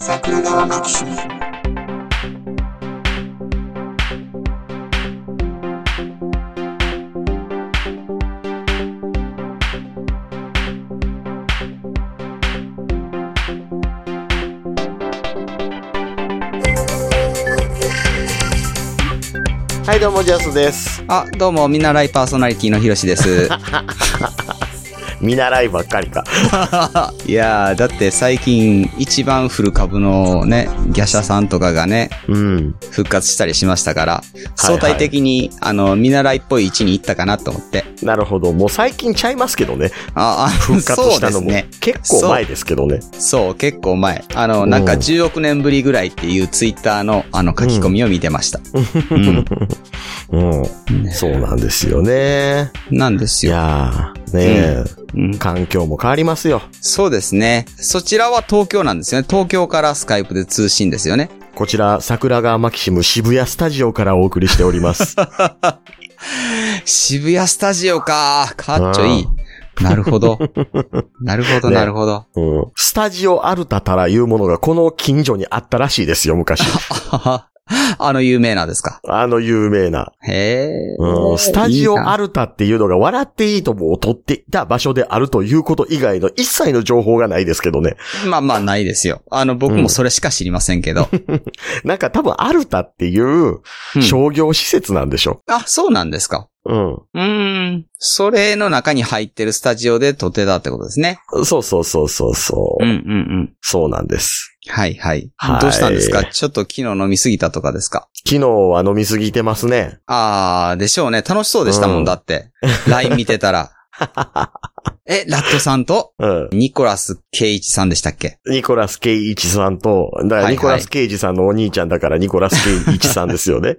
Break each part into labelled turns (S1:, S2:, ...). S1: 桜川マキシム
S2: はい、どうも、ジャスです。
S3: あ、どうも、見習いパーソナリティのひろし です。
S2: 見習いばっかりか。
S3: いやー、だって最近一番古株のね、ギャシャさんとかがね、
S2: うん。
S3: 復活したりしましたから、
S2: い
S3: 相対的に、あの、見習いっぽい位置に行ったかなと思って。
S2: なるほど。もう最近ちゃいますけどね。
S3: あ、あ、
S2: 復活したの
S3: そう
S2: も
S3: ですね。。
S2: 結構前ですけどね。
S3: そう、結構前。あの、なんか
S2: うん
S3: 10億年ぶりぐらいっていうツイッターの、あの、書き込みを見てました。うん。
S2: うん。そうなんですよね。
S3: なんです
S2: い
S3: よ。
S2: やー、ね
S3: うん
S2: え、環境も変わりますよ。
S3: そうですね。そちらは東京なんですよね。東京からスカイプで通信ですよね。
S2: こちら、桜川マキシム渋谷スタジオからお送りしており ます。
S3: 渋谷スタジオか。かっちょいい。なるほ ど。なるほど、
S2: ね
S3: なるほど。
S2: うん、スタジオアルタたらいうものがこの近所にあったらしいですよ、 昔。
S3: あの有名なですか。
S2: あの有名な。
S3: へえ
S2: うん。スタジオア
S3: る。
S2: ルタっていうのが笑っていいともを撮っていた場所であるということ以外の一切の情報がないですけどね。
S3: まあまあ、ないですよ。あの、僕もそれしか知りません けど。
S2: なんか多分アルタっていう
S3: うん
S2: 商業施設なんでしょ。
S3: あ、そうなんですか。
S2: うん。
S3: うーん。それの中に入ってるスタジオで撮ってたってことですね。
S2: そうそうそうそうそう。
S3: うんうんうん。
S2: そうなんです。
S3: はいはい
S2: はい。
S3: どうしたんですかちょっと昨日飲みすぎたとかですか
S2: 昨日は飲みすぎてますね。
S3: あー、でしょうね。楽しそうでしたも
S2: うん
S3: んだって。LINE 見て たら。え、ラットさんと
S2: うん。
S3: ニコラス・ケイイチさんでしたっけ
S2: ニコラス・ケイイチさんと、だか
S3: は
S2: ら
S3: いはい
S2: ニコラス・ケイジさんのお兄ちゃんだからニコラス・ケイイチさんですよ ね。。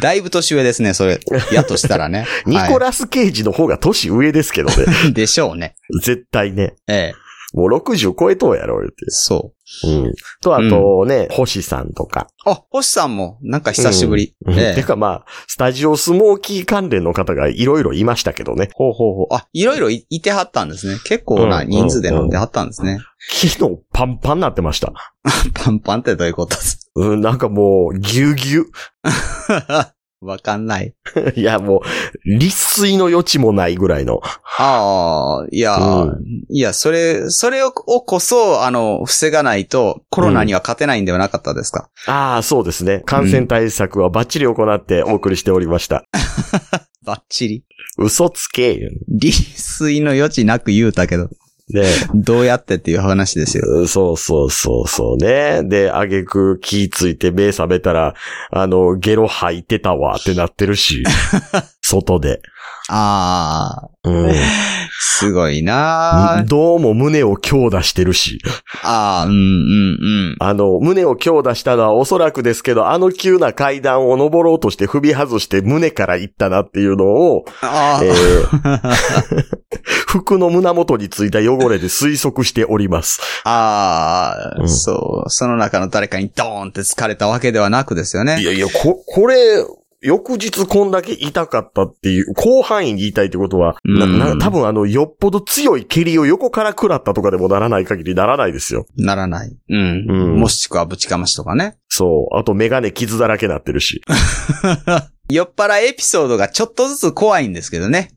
S3: だいぶ年上ですね、それ。やとしたらね
S2: ニコ
S3: ラ、
S2: ラス・ケイジの方が年上ですけどね。
S3: でしょうね。
S2: 絶対ね。
S3: ええ。
S2: もう60超えとうやろ、言うて。
S3: そ
S2: うん。と、あとね、星さんとか。
S3: う。あ、星さんも、なんか久しぶり。
S2: うん て
S3: ええ。
S2: かまあ、スタジオスモーキー関連の方がいろいろいましたけどね。
S3: ほうほうほう。あ、いろいろいいてはったんですね。結構な人数で飲んではったんですね。
S2: 昨日パンパンなってました。
S3: パンパンってどういうことです
S2: うん、なんかもう、ぎゅう ぎゅ
S3: わかんない。
S2: う。いや、もう、立水の余地もないぐらいの。
S3: ああ、いや、
S2: う
S3: いや、それ、それをこそ、あの、防がないと、コロナには勝てないんではなかったですか、
S2: ああ、そうですね。感染対策はバッチリ行ってお送りしておりました。
S3: バッチリ。
S2: 嘘つけ。
S3: 利水の余地なく言うたけど、
S2: ね。
S3: どうやってっていう話ですよ。
S2: うんそうそうそうそうね。で、あげく気ついて目覚めたら、あの、ゲロ吐いてたわってなってる し、外で。
S3: ああ、
S2: うん
S3: すごいなー
S2: どうも胸を強打してるし。
S3: ああ、うんうんうん。
S2: あの、胸を強打したのはおそらくですけど、あの急な階段を登ろうとして踏み外して胸から行ったなっていうのを、
S3: ああ、
S2: えー服の胸元についた汚れで推測しております。
S3: ああ、
S2: うん
S3: そう、その中の誰かにドーンって疲れたわけではなくですよ
S2: い
S3: ね。
S2: やいや、こ、これ、翌日こんだけ痛かったっていう、広範囲に痛いってことは、な、
S3: う
S2: な、
S3: ん
S2: 多分あの、よっぽど強い蹴りを横から食らったとかでもならない限りならないですよ。
S3: ならない。うん。
S2: うん
S3: もしくはぶちかましとかね。
S2: そう。あと、メガネ傷だらけなってるし。
S3: 酔っ払いエピソードがちょっとずつ怖いんですけど ね。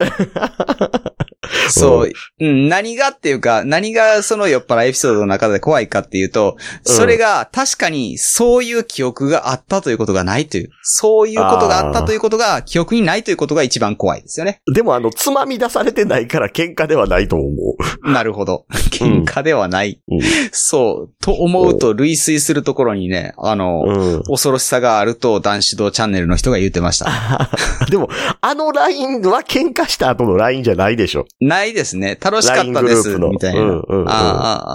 S3: そう、うん。何がっていうか、何がその酔っ払いエピソードの中で怖いかっていう
S2: う
S3: と、
S2: ん
S3: それが確かにそういう記憶があったということがないという、そういうことがあったということが記憶にないということが一番怖いですよね。
S2: でもあの、つまみ出されてないから喧嘩ではないと思う。
S3: なるほど。喧嘩ではない。
S2: うん
S3: そう。と思うと、類推するところにね、あの、
S2: うん。
S3: 恐ろしさがあると男子道チャンネルの人が言ってました。
S2: でも、あのラインは喧嘩した後のラインじゃないでしょ。
S3: ないですね。楽しかっ
S2: LINE
S3: た
S2: グ
S3: で
S2: ルー
S3: す。
S2: プの。
S3: みたい
S2: うん
S3: な。
S2: うんうん
S3: ああ、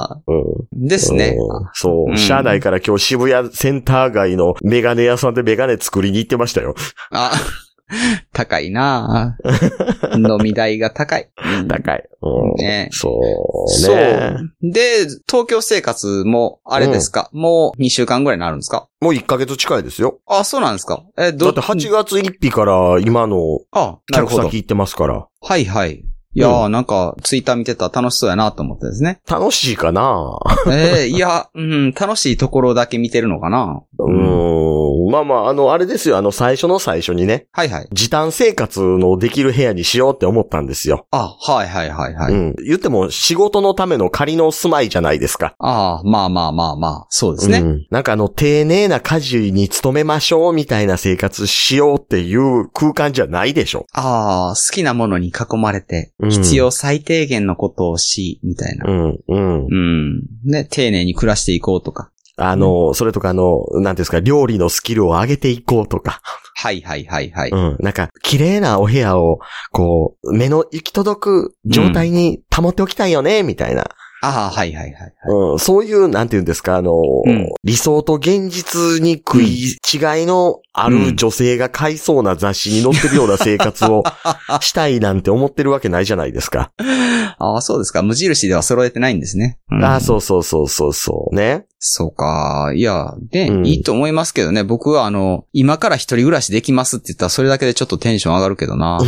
S3: ああ、
S2: うん
S3: ですね。
S2: うんそうう。
S3: ん
S2: 社内から今日渋谷センター街のメガネ屋さんでメガネ作りに行ってましたよ。
S3: あ、高 いなあ飲み代が高い。うん
S2: 高い。うん
S3: ね
S2: そう
S3: そ
S2: ね。
S3: う。で、東京生活も、あれですか、もう2週間ぐらいになるんですか
S2: もう1ヶ月近いですよ。
S3: あ、そうなんですか
S2: だ
S3: え、ど、
S2: って8月1日から今の
S3: あ、なる
S2: 客
S3: ほど
S2: 先。行ってますから。。
S3: はいはい。いやー、なんか、ツイッター見てたら楽しそうやなと思ってですね
S2: 楽しいかな
S3: ええ いや、うん、楽しいところだけ見てるのかな
S2: うーん。まあまあ、あの、あれですよ。あの、最初の最初にね、
S3: はいはい。
S2: 時短生活のできる部屋にしようって思ったんですよ。
S3: あ、はいはいはいはい。
S2: うん。言っても、仕事のための仮の住まいじゃないですか。
S3: ああ、まあまあまあまあ、そうですね。
S2: うんなんかあの、丁寧な家事に努めましょうみたいな生活しようっていう空間じゃないでしょ。
S3: ああ、好きなものに囲まれて、
S2: うん
S3: 必要最低限のことをし、みたいな。
S2: うん、うん。
S3: うん。ね、丁寧に暮らしていこうとか。
S2: あの、それとかあの、なんていうんですか、料理のスキルを上げていこうとか。
S3: はいはいはいはい。
S2: うん。なんか、綺麗なお部屋を、こう、目の行き届く状態に保っておきたいよね、みたいな。
S3: ああ、はいはいはいはい。
S2: うん。そういう、なんていうんですか、あの、
S3: うん
S2: 理想と現実に食い違いのある女性が買いそうな雑誌に載ってるような生活 をしたいなんて思ってるわけないじゃないですか。
S3: ああ、そうですか。無印では揃えてないんですね。うん
S2: ああ、そうそうそうそうそう。 ね。
S3: そうか。いや、で、
S2: うん
S3: いいと思いますけどね。僕はあの、今から一人暮らしできますって言ったら、それだけでちょっとテンション上がるけどな。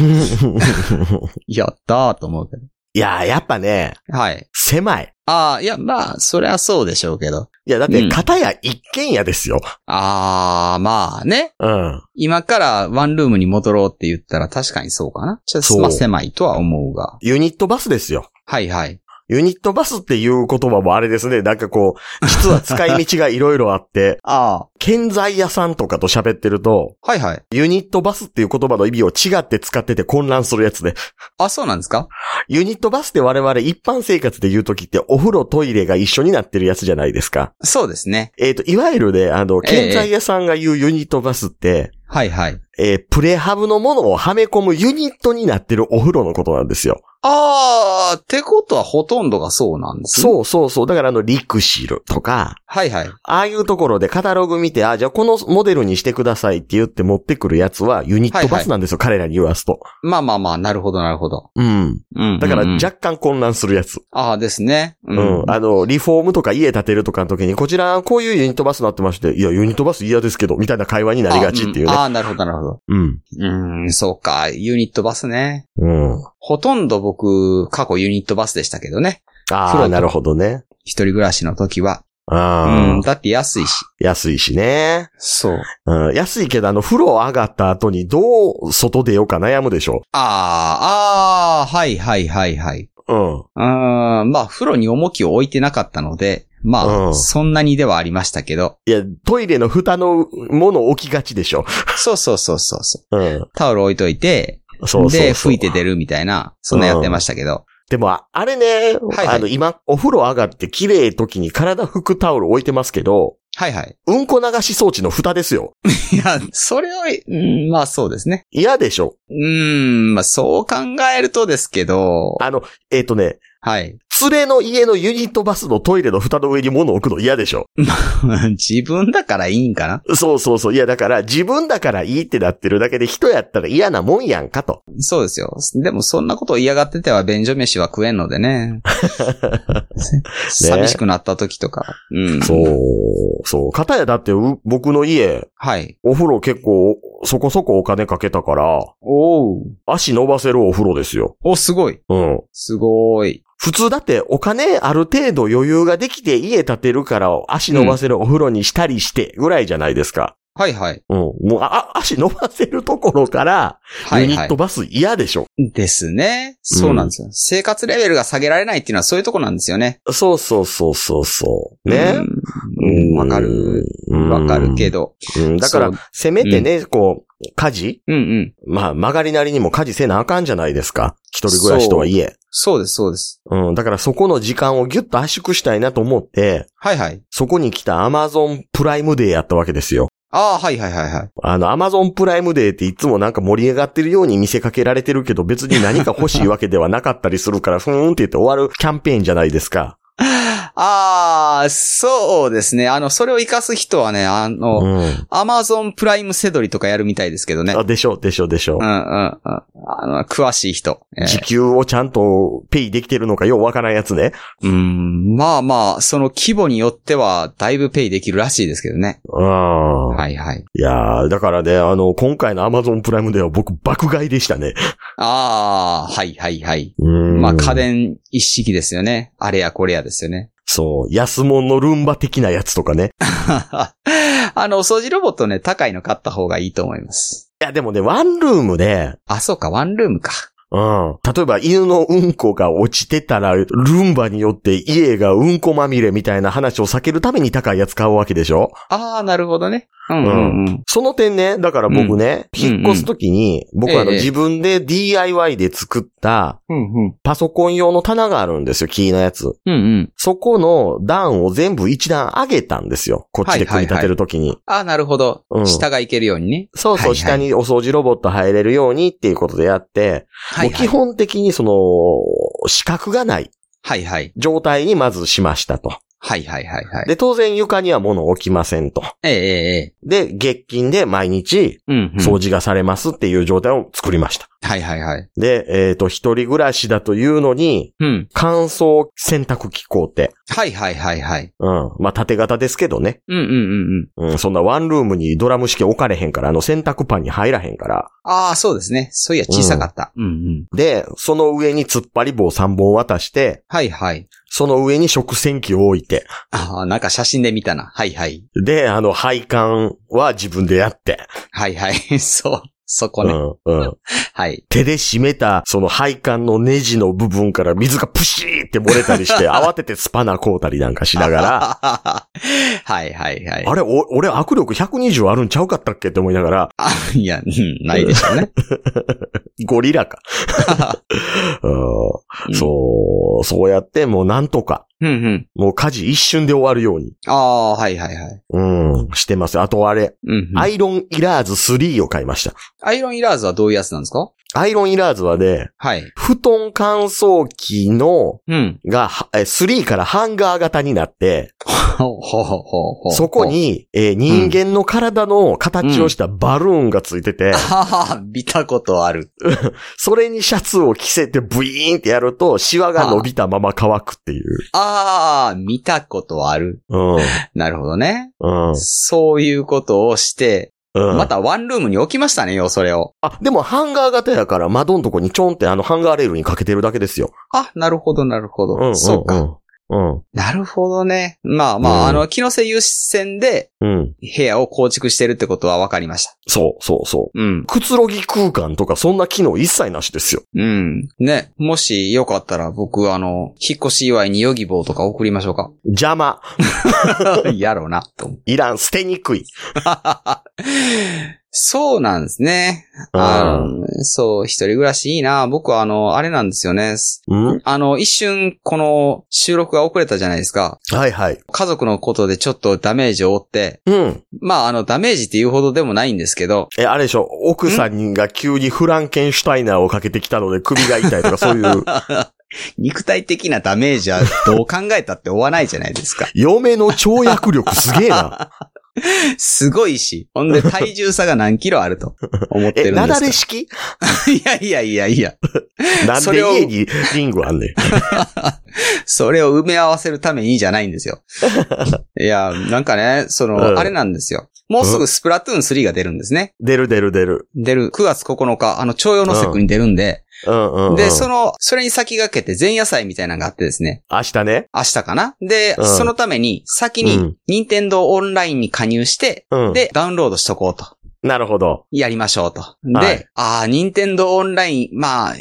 S3: やったーと思うけど。
S2: いやー、やっぱね、
S3: はい。
S2: 狭い。
S3: ああ、いや、まあ、そりゃそうでしょうけど。
S2: いや、だっ
S3: う
S2: て、
S3: ん
S2: 片や一軒家ですよ。
S3: ああ、まあね。
S2: うん。
S3: 今からワンルームに戻ろうって言ったら確かにそうかな。ちょっと
S2: そう
S3: まあ狭いとは思うが。
S2: ユニットバスですよ。
S3: はいはい。
S2: ユニットバスっていう言葉もあれですね。なんかこう、実は使い道がいろいろあって、
S3: あ
S2: 建材屋さんとかと喋ってると、
S3: あ、はいはい。
S2: ユニットバスっていう言葉の意味を違って使ってて混乱するやつで。
S3: あ、そうなんですか
S2: ユニットバスって我々一般生活で言うときってお風呂トイレが一緒になってるやつじゃないですか。
S3: そうですね。
S2: えっ、と、いわゆるね、あの、
S3: ええ
S2: 建材屋さんが言うユニットバスって、
S3: はいはい。
S2: えープレハブのものをはめ込むユニットになってるお風呂のことなんですよ。
S3: ああ、ってことはほとんどがそうなんですね。う。
S2: そうそうそう。だからあの、リクシルとか、
S3: はいはい。
S2: ああいうところでカタログ見て、あ、じゃあこのモデルにしてくださいって言って持ってくるやつはユニットバスなんですよ、彼らに言わすと。
S3: まあまあまあ、なるほどなるほど。
S2: うん。
S3: うん、
S2: だから
S3: うんうん
S2: 若干混乱するやつ。
S3: ああですね。う
S2: うん
S3: ん。。
S2: あの、リフォームとか家建てるとかの時に、こちら、こういうユニットバスになってまして、いや、ユニットバス嫌ですけど、みたいな会話になりがちっていう
S3: あん
S2: ね。
S3: あー、なるほどなるほど。
S2: うん。
S3: うーん、そうか。ユニットバスね。
S2: うん。
S3: ほとんど僕、過去ユニットバスでしたけどね。
S2: あ
S3: 黒
S2: あ、
S3: と
S2: なるほどね。
S3: 一人暮らしの時は。
S2: ああ、
S3: うん。だって安いし。
S2: 安いしね。
S3: そう。
S2: うん、安いけど、あの、風呂上がった後にどう外出ようか悩むでしょ。
S3: ああ、ああ、はいはいはいはい。
S2: うん。
S3: うーん、まあ、風呂に重きを置いてなかったので、まあ、
S2: うん
S3: そんなにではありましたけど。
S2: いや、トイレの蓋のもの置きがちでしょ。
S3: そうそうそうそうそう。
S2: うん。
S3: タオル置いといて、
S2: そうそうそう。
S3: で、吹いて出るみたいな、そんなやってましたけど。
S2: でも、ああれね、
S3: いはい
S2: あの、今、お風呂上がって綺麗時に体拭くタオル置いてますけど、
S3: はいはい。
S2: うんこ流し装置の蓋ですよ。
S3: いや、それを、うん、まあそうですね。
S2: 嫌でしょ。
S3: うーん、まあそう考えるとですけど、
S2: あの、えっ、とね、
S3: はい。
S2: 連れの家のユニットバスのトイレの蓋の上に物置くの嫌でしょ。
S3: 自分だからいいんかな
S2: そうそうそう。いや、だから、自分だからいいってなってるだけで人やったら嫌なもんやんかと。
S3: そうですよ。でもそんなことを嫌がってては便所飯は食えんので ね。寂しくなった時とか。うん。
S2: そう、そう。片やだってう、僕の家、
S3: はい。
S2: お風呂結構、そこそこお金かけたから、
S3: おう。
S2: 足伸ばせるお風呂ですよ。
S3: お、すごい。
S2: うん。
S3: すごい。
S2: 普通だってお金ある程度余裕ができて家建てるから足伸ばせるお風呂にしたりしてぐらいじゃないですか。
S3: はいはい。
S2: うん。もう、あ、あ足伸ばせるところから、
S3: は
S2: ユ
S3: い
S2: ニ
S3: は
S2: ット
S3: い。
S2: バス嫌でしょ。
S3: ですね。そうなんですよ。生活レベルが下げられないっていうのはそういうとこなんですよね。
S2: そうそうそうそうそう。ね。
S3: うん。わかる。わかるけ
S2: ど。
S3: ど。
S2: うんだから
S3: そう、
S2: せめてね、こう、家事
S3: うんうん。
S2: まあ、曲がりなりにも家事せなあかんじゃないですか。一人暮らしとはいえ。
S3: そうです、そうです。
S2: うん。だからそこの時間をギュッと圧縮したいなと思って、
S3: はいはい。
S2: そこに来た Amazon プライムデーやったわけですよ。
S3: ああ、はいはいはいはい。
S2: あの、アマゾンプライムデーっていつもなんか盛り上がってるように見せかけられてるけど、別に何か欲しいわけではなかったりするから、ふーんって言って終わるキャンペーンじゃないですか。
S3: ああ、そうですね。あの、それを活かす人はね、あの、
S2: うん。
S3: アマゾンプライムセドリとかやるみたいですけどね。
S2: あ、でしょ、でしょ、でしょ
S3: うんう。んうん。あの、詳しい人。えー
S2: 時給をちゃんとペイできてるのかようわからんやつね。
S3: うん、まあまあ、その規模によっては、だいぶペイできるらしいですけどね。
S2: うん。
S3: はいはい。
S2: いやー、だからね、あの、今回の Amazon プライムでは僕爆買いでしたね。
S3: ああ、はいはいはい。
S2: うん
S3: まあ家。電一式ですよね。あれやこれやですよね。
S2: そう、安物のルンバ的なやつとかね。
S3: あの、お掃除ロボットね、高いの買った方がいいと思います。
S2: いや、でもね、ワンルームで、
S3: あ、そうか、ワンルームか。
S2: うん。例えば犬のうんこが落ちてたら、ルンバによって家がうんこまみれみたいな話を避けるために高いやつ買うわけでしょ
S3: ああ、なるほどね。うんうんうん。
S2: その点ね、だから僕ね、
S3: うん
S2: 引っ越すときに、僕はあの、
S3: ええ
S2: 自分で DIY で作った
S3: うんうん。
S2: パソコン用の棚があるんですよ、キーのやつ。
S3: うんうん。
S2: そこの段を全部一段上げたんですよ。こっちで組み立てるときに。
S3: ああ、なるほど。
S2: うん
S3: 下がいけるようにね。
S2: そうそう、
S3: はいはい
S2: 下にお掃除ロボット入れるようにっていうことでやって、
S3: はい
S2: もう
S3: は
S2: 基
S3: い。
S2: 本的にその、資格がない
S3: はいはい。
S2: 状態にまずしましたと。
S3: はいはいはいはい。
S2: で、当然床には物置きませんと。
S3: えええええ
S2: で、月金で毎日
S3: え。うん、うん。
S2: 掃除がされますっていう状態を作りました。
S3: はいはいはい。
S2: で、えっ、と、一人暮らしだというのに、
S3: うん。
S2: 乾燥洗濯機工程。
S3: はいはいはいはい。
S2: うん。まあ、縦型ですけどね。
S3: うんうんうんうん。
S2: うん、そんなワンルームにドラム式置かれへんから、あの洗濯パンに入らへんから。
S3: ああ、そうですね。そういや、小さかった。うんうん。
S2: で、その上に突っ張り棒3本渡して、
S3: はいはい。
S2: その上に食洗機を置いて。
S3: ああ、なんか写真で見たな。はいはい。
S2: で、あの、配管は自分でやって。
S3: はいはい。 そう。そこ
S2: う
S3: ね。
S2: ん、うん。
S3: はい。
S2: 手で締めた、その配管のネジの部分から水がプシーって漏れたり して、慌ててスパナ買うたりなんかしなが ら、
S3: はいはいはい。
S2: あれ、お俺握力120あるんちゃうかったっけって思いな がら、
S3: あいや、うんないでしょうね。
S2: ゴリラ か。うん、そう、そうやって、もうなんとか、
S3: うんうん。
S2: もう家事一瞬で終わるように。
S3: ああ、はいはいはい。
S2: うん、してます。あとあれ、
S3: うんうん、
S2: アイロンイラーズ3を買いました。
S3: アイロンイラーズはどういうやつなんですか
S2: アイロンイラーズはね、
S3: はい。
S2: 布団乾燥機の、
S3: うん。
S2: が、はえ3からハンガー型になって、
S3: ほうほうほうほう
S2: そこ。に、えー人間の体の形をしたバルーンがついてて、
S3: はは、 見たことある。
S2: それにシャツを着せてブイーンってやると、シワが伸びたまま乾くっていう。
S3: ああ、見たことある。
S2: うん。
S3: なるほどね。
S2: うん。
S3: そういうことをして、
S2: うん。
S3: またワンルームに置きましたね、よ、それを。
S2: あ、でもハンガー型やから窓のとこにちょんってあのハンガーレールにかけてるだけですよ。
S3: あ、なるほど、なるほど。
S2: うん。
S3: そうか。
S2: うん。うん。
S3: なるほどね。まあま
S2: う
S3: あ、
S2: ん
S3: あの、機能性優先で
S2: うん。
S3: 部屋を構築してるってことは分かりました。
S2: そう、そう、そう。
S3: うん。
S2: くつろぎ空間とかそんな機能一切なしですよ。
S3: うん。ね。もしよかったら僕、あの、引っ越し祝いにヨギボーとか送りましょうか。
S2: 邪魔、
S3: やろうな、と思う。
S2: いらん、捨てにくい。
S3: そうなんですね。あ
S2: う
S3: のそう、一人暮らしいいな。僕はあの、あれなんですよね。
S2: ん
S3: あの、一瞬、この収録が遅れたじゃないですか。
S2: はいはい。
S3: 家族のことでちょっとダメージを負って、
S2: うん。
S3: まあ、あの、ダメージっていうほどでもないんですけど、
S2: え、あれでしょ、奥さんが急にフランケンシュタイナーをかけてきたので首が痛いとかそう いう、
S3: 肉体的なダメージはどう考えたって負わないじゃな いですか。
S2: 嫁の跳躍力すげえな。
S3: すごいし。ほんで体重差が何キロあると思って
S2: え、
S3: るん
S2: な
S3: で
S2: だ
S3: す
S2: れ
S3: か。
S2: 式
S3: いやいやいやいや。
S2: なん
S3: そ
S2: で
S3: れを
S2: 家にリングあんねん。
S3: それを埋め合わせるためにじゃないんです よ。いや、なんかね、その、
S2: うん
S3: あれなんですよ。もうすぐスプラトゥーン3が出るんですね。
S2: 出る出る出る。
S3: 出る、9月9日、あの、徴用の節句に出るんで、
S2: うんうん、うん。
S3: で、その、それに先駆けて前夜祭みたいなのがあってですね、
S2: 明日ね。
S3: 明日かなで、
S2: うん
S3: そのために、先
S2: う
S3: に
S2: ん、
S3: 任天堂オンラインに加入して、
S2: うん。
S3: で、ダウンロードしとこうと。
S2: なるほど。
S3: やりましょうと。で、
S2: はい
S3: ああ、任天堂オンライン、まあ、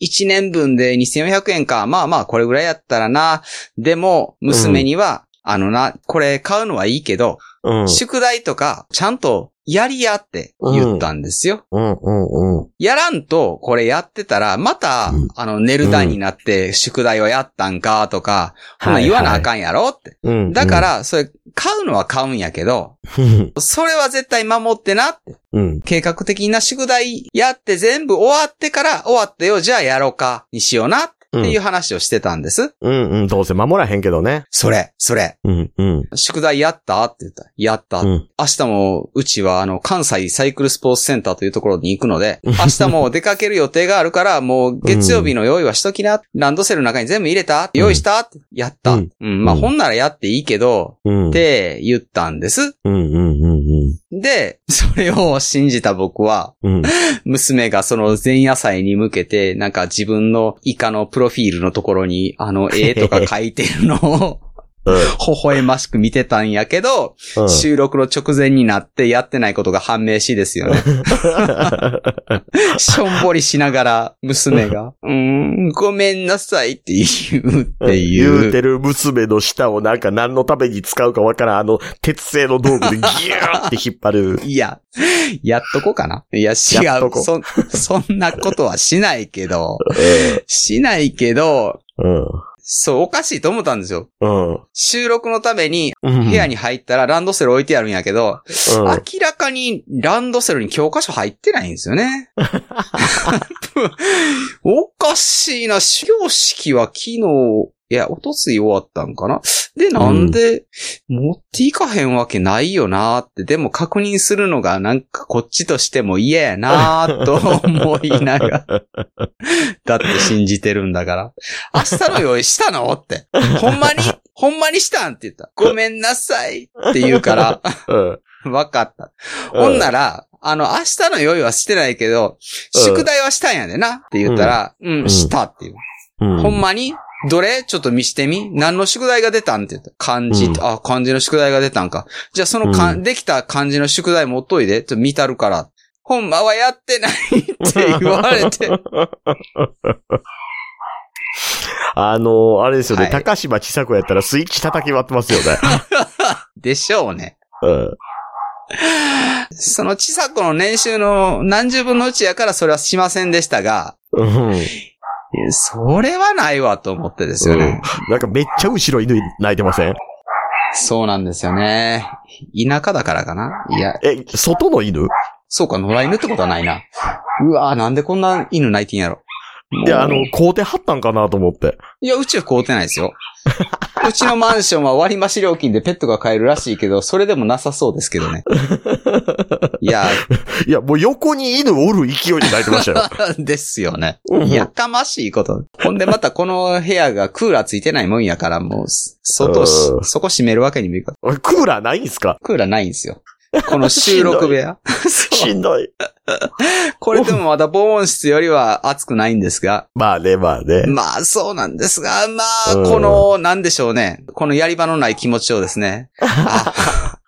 S3: 1年分で2400円か。まあまあ、これぐらいやったらな。でも、娘には、あのな、これ買うのはいいけど、
S2: うん。
S3: 宿題とか、ちゃんとやりやって言ったんですよ。
S2: うんうんうん。
S3: やらんと、これやってたら、また、
S2: うん
S3: あの、寝る単になって、宿題をやったんか、とか、ほな言わなあ
S2: ん。
S3: かんやろって。
S2: うんうん
S3: だか、ら、それ、買うのは買うんやけど、
S2: うん。
S3: それは絶対守ってなって
S2: うん。
S3: 計画的な宿題やって全部終わってから終わってよ、じゃあやろうか、にしような。
S2: うん
S3: っていう話をしてたんです。
S2: うんうん、どうせ守らへんけどね。
S3: それ、それ。
S2: うんうん。
S3: 宿題やったって言ったら、やった。
S2: うん
S3: 明日も、うちは、あの、関西サイクルスポーツセンターというところに行くので、明日も出かける予定があるから、もう月曜日の用意はしときな。ランドセルの中に全部入れた用意した、やった。
S2: う
S3: うんん。まあ、
S2: うん
S3: 本ならやっていいけど、
S2: うん。
S3: って言ったんです。
S2: うんうんうん
S3: で、それを信じた僕は、
S2: うん。うん。
S3: 娘がその前夜祭に向けて、なんか自分のイカのプロフィールのところに、あの、絵とか書いてるのを、微笑ましく見てたんやけど、
S2: うん
S3: 収録の直前になってやってないことが判明しですよね。しょんぼりしながら、娘が、うーん、ごめんなさいって言うっていう。
S2: 言うてる娘の舌をなんか何のために使うかわからん、あの、鉄製の道具でギューって引っ張る。
S3: いや、やっとこうかな。いや、違
S2: やっと
S3: う。
S2: こ
S3: そ、そんなことはしない けど、しないけど、
S2: うん。
S3: そう、おかしいと思ったんですよ。
S2: うん。
S3: 収録のために、
S2: うん。
S3: 部屋に入ったらランドセル置いてあるんやけど、
S2: うん
S3: 明らかにランドセルに教科書入ってないんですよね。おかしいな、始業式は昨日、いや、おとつい終わったんかなで、なんで、持っていかへんわけないよなーって、でも確認するのがなんかこっちとしても嫌やなーと思いながら、だって信じてるんだから。明日の用意したのって。ほんまにほんまにしたんって言った。ごめんなさいって言うから、
S2: うん。
S3: わかった。ほんなら、あの、明日の用意はしてないけど、
S2: うん
S3: 宿題はしたんやでなって言ったら、うん、
S2: うん
S3: したっていう。
S2: うん、
S3: ほんまにどれちょっと見してみ何の宿題が出たんって言った。漢字、
S2: うん
S3: あ、漢字の宿題が出たんか。じゃあそのか、
S2: うん
S3: できた漢字の宿題持っといで、ちょっと見たるから。ほんまはやってないって言わ れて。
S2: あの、あれですよね、
S3: はい
S2: 高島ちさ子やったらスイッチ叩き割って ますよね。
S3: でしょうね。
S2: うん。
S3: そのちさ子の年収の何十分の1やからそれはしませんでしたが、
S2: うん。
S3: いやそれはないわと思ってですよね。
S2: なんかめっちゃ後ろ犬泣いてません
S3: そうなんですよね。田舎だからかな。いや、
S2: え、外の犬
S3: そうか、野良犬ってことはないな。うわぁ、なんでこんな犬泣いてんやろ。
S2: いや、あの、校庭張ったんかなと思って。
S3: いや、うちは凍ってないですよ。 うちのマンションは割増料金でペットが買えるらしいけど、それでもなさそうですけどね。いや、
S2: いや、もう横に犬おる勢いで泣いてましたよ。
S3: ですよね
S2: うん。
S3: やかましいこと。ほんでまたこの部屋がクーラーついてないもんやから、もう、外し
S2: うん、
S3: そこ閉めるわけにもいかん。
S2: おい クーラーないんす か
S3: クーラーないんですよ。この収録部屋。 そう
S2: しんどい。
S3: これでもまだ防音室よりは暑くないんですが、
S2: まあね、まあね。
S3: まあそうなんですが、まあ
S2: うん
S3: この、なんでしょうね、このやり場のない気持ちをで すね、あ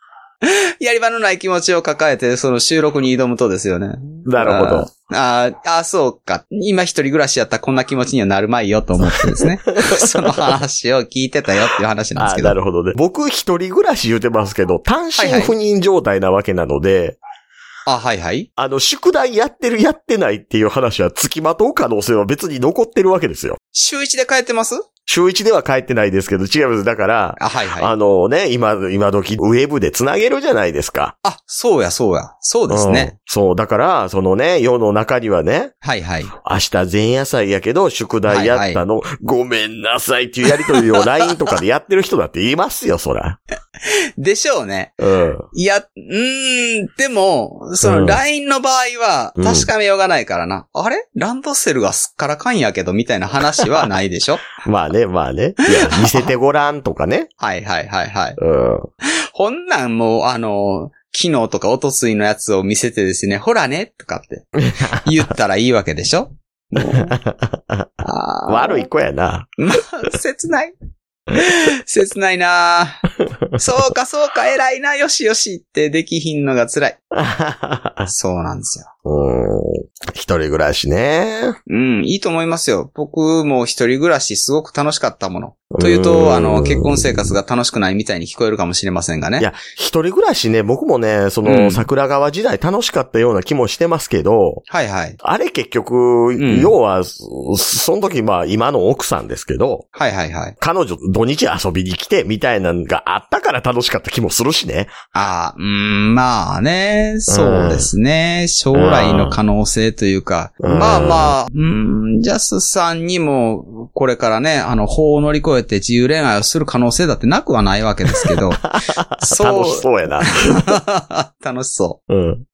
S3: やり場のない気持ちを抱えて、その収録に挑むとですよね。
S2: なるほど。
S3: あーあー、そうか。今一人暮らしやったらこんな気持ちにはなるまいよと思ってで すね。その話を聞いてたよっていう話なんで
S2: あ
S3: す
S2: あ
S3: け
S2: な
S3: ど。
S2: るほどね。僕一人暮らし言うてますけど、単身赴任状態なわけなので、
S3: あ、はいはい。
S2: あの、宿題やってるやってないっていう話は付きまとう可能性は別に残ってるわけですよ。
S3: 週一で帰ってます
S2: 週一では帰ってないですけど、違います。だから、
S3: あ、はいはい。
S2: あのね、今、今時、ウェブで繋げるじゃないですか。
S3: あ、そうやそうや。そうですね。
S2: んそう、だから、そのね、世の中にはね、
S3: はいはい。
S2: 明日前夜祭やけど、宿題やったの、ごめんなさいっていうやりとりを LINE とかでやってる人だっていますよ、そ ら。
S3: でしょうね。
S2: うん。
S3: いや、うーん、でも、そうの
S2: ん
S3: LINE の場合は
S2: うん
S3: 確かめようがないからな。あれランドセルがすっからかんやけど、みたいな話はないでし ょ
S2: まあね、まあね。いや、見せてごらんとかね。
S3: はいはいはいはい。
S2: うん。
S3: ほんなんもう、あの、昨日とかおとついのやつを見せてですね、ほらね、とか って言ったらいいわけでしょもうあー
S2: 悪い子やな。
S3: 切ない。切ないなぁそうかそうか、偉いな、よしよしってできひんのが辛い。そうなんですよ。
S2: うん。一人暮らしね。
S3: うん、いいと思いますよ。僕も一人暮らしすごく楽しかったもの。という
S2: うーん
S3: と、あの、結婚生活が楽しくないみたいに聞こえるかもしれませんが
S2: い
S3: ね。
S2: や、一人暮らしね、僕もね、そうの、
S3: ん
S2: 桜川時代楽しかったような気もしてますけど、
S3: はいはい。
S2: あれ結局、
S3: ん
S2: 要は、そその時、まあ、今の奥さんですけど、
S3: はいはいはい。
S2: 彼女土日遊びに来て、みたいなのがあったから楽しかった気もするしね。
S3: ああ、うーん、まあね。ね。そうですね。将来の可能性というか。
S2: うん
S3: まあまあ、うん、ジャスさんにも、これからね、あの、法を乗り越えて自由恋愛をする可能性だってなくはないわけですけ ど。
S2: 楽しそうや な。
S3: 楽しそ
S2: うん。
S3: う。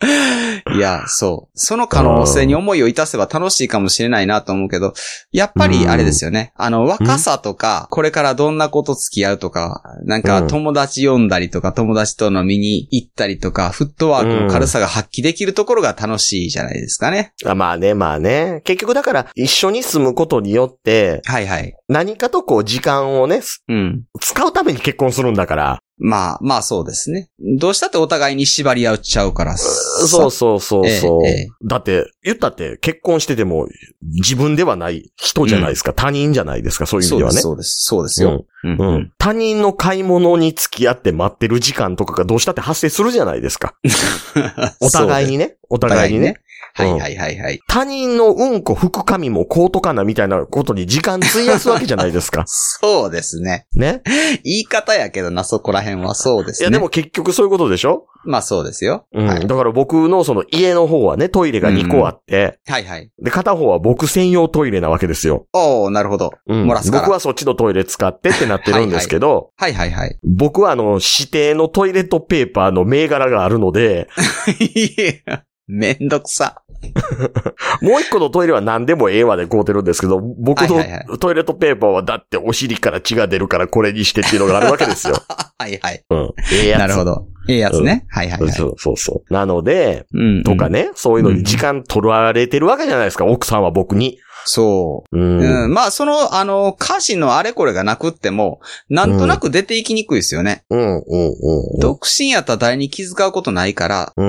S3: いや、そう。その可能性に思いをいたせば楽しいかもしれないなと思うけど、やっぱりあれですよね。あの、若さとか、これからどんなこと付き合うとか、なん
S2: う
S3: か
S2: ん
S3: 友達呼んだりとか、友達と飲みに行ったりとか、フットワークの軽さが発揮できるところが楽しいじゃないですかね。
S2: あまあね、まあね。結局だから、一緒に住むことによって、
S3: はいはい。
S2: 何かとこう時間をね、す
S3: うん。
S2: 使うために結婚するんだから。
S3: まあ、まあそうですね。どうしたってお互いに縛り合っちゃうから。そ
S2: そうそうそうそう。
S3: ええええ
S2: だって、言ったって結婚してても自分ではない人じゃないですか。他人じゃないですか、そういう意味
S3: そう
S2: で
S3: で
S2: は
S3: す、
S2: ね。
S3: そうです。そうですよ。う
S2: うん うん。他人の買い物に付き合って待ってる時間とかがどうしたって発生するじゃないですか。お互いにね。お
S3: お
S2: 互いにね。。
S3: はいはいはいはい。。
S2: 他人のうんこ拭く紙もこうとかなみたいなことに時間費やすわけじゃないですか
S3: そうですね。
S2: ね。
S3: 言い方やけどな、そこら辺はそうです
S2: い
S3: ね。
S2: やでも結局そういうことでしょ
S3: まあそうですよ。
S2: うん。
S3: はい
S2: だから僕のその家の方はね、トイレが2個あって、
S3: はいはい。
S2: で、片方は僕専用トイレなわけですよ。
S3: おー、なるほど。
S2: うん。
S3: 漏らすから
S2: 僕はそっちのトイレ使ってってなってるんですけど、
S3: はいはいはい。
S2: 僕はあの、指定のトイレットペーパーの銘柄があるの で、
S3: いやめんどくさ。
S2: もう一個のトイレは何でもええわで買うてるんですけど、僕
S3: はいはいは
S2: のトイレットペーパーはだってお尻から血が出るからこれにしてっていうのがあるわけです よ。
S3: はいはい。
S2: うん。ええやつ。
S3: なるほど。ええやつね。はいはいはい。
S2: そうそうそう。なので、
S3: うんうん
S2: とか。ね、そういうのに時間取られてるわけじゃないですか、奥さんは僕に。
S3: そうう。
S2: ん。
S3: うん。まあその、あの、歌詞のあれこれがなくっても、なんとなく出ていきにくいですよね。
S2: うん、うん、うん。
S3: 独身やったら誰に気遣うことないから、
S2: う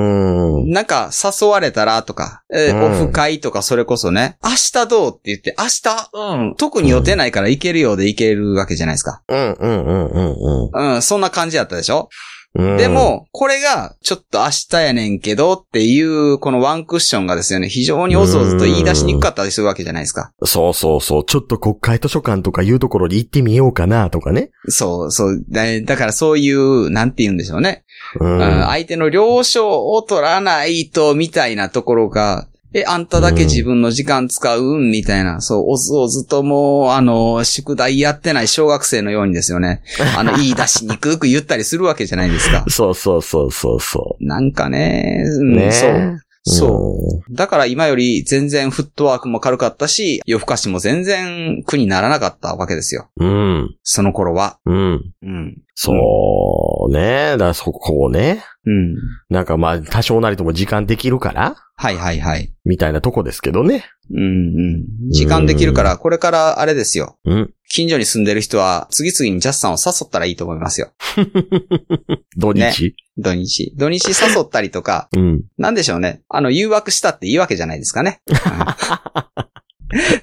S2: ん。
S3: なんか、誘われたらとか、えー
S2: うん
S3: オフ会とかそれこそね、明日どうって言って、明日、うん、特に予定ないから行けるようで行けるわけじゃないですか。
S2: うん、うん、うん、うん、
S3: うん、そんな感じだったでしょ、
S2: うん。
S3: で、も、これが、ちょっと明日やねんけどっていう、このワンクッションがですよね、非常におずおずと言い出しにくかったりするわけじゃないですか。
S2: そうそうそう、ちょっと国会図書館とかいうところに行ってみようかな、とかね。
S3: そう、そう、だだからそういう、なんて言うんでしょうね。
S2: う。。
S3: うんん、相手の了承を取らないと、みたいなところが、え、あんただけ自分の時間使うんみたいな、そう、おずおずともう、あの、宿題やってない小学生のようにですよね。あの、言い出しにくく言ったりするわけじゃないですか
S2: そうそうそうそうそ
S3: なんかね、う
S2: う。
S3: ん、
S2: ねえ。
S3: そう。そうう。だから今より全然フットワークも軽かったし、夜更かしも全然苦にならなかったわけですよ。
S2: うん。
S3: その頃は。
S2: うん。
S3: うん。
S2: そうね。だからそこをね。
S3: うん。
S2: なんかまあ、多少なりとも時間できるから
S3: はいはいはい。
S2: みたいなとこですけどね。
S3: うんうん。時間できるから、これからあれですよ。
S2: うん。
S3: 近所に住んでる人は、次々にジャスさんを誘ったらいいと思いますよ。
S2: 土日。
S3: ね土日。土日誘ったりとか、
S2: うん。
S3: なんでしょうね。あの、誘惑したっていいわけじゃないですか ね。うん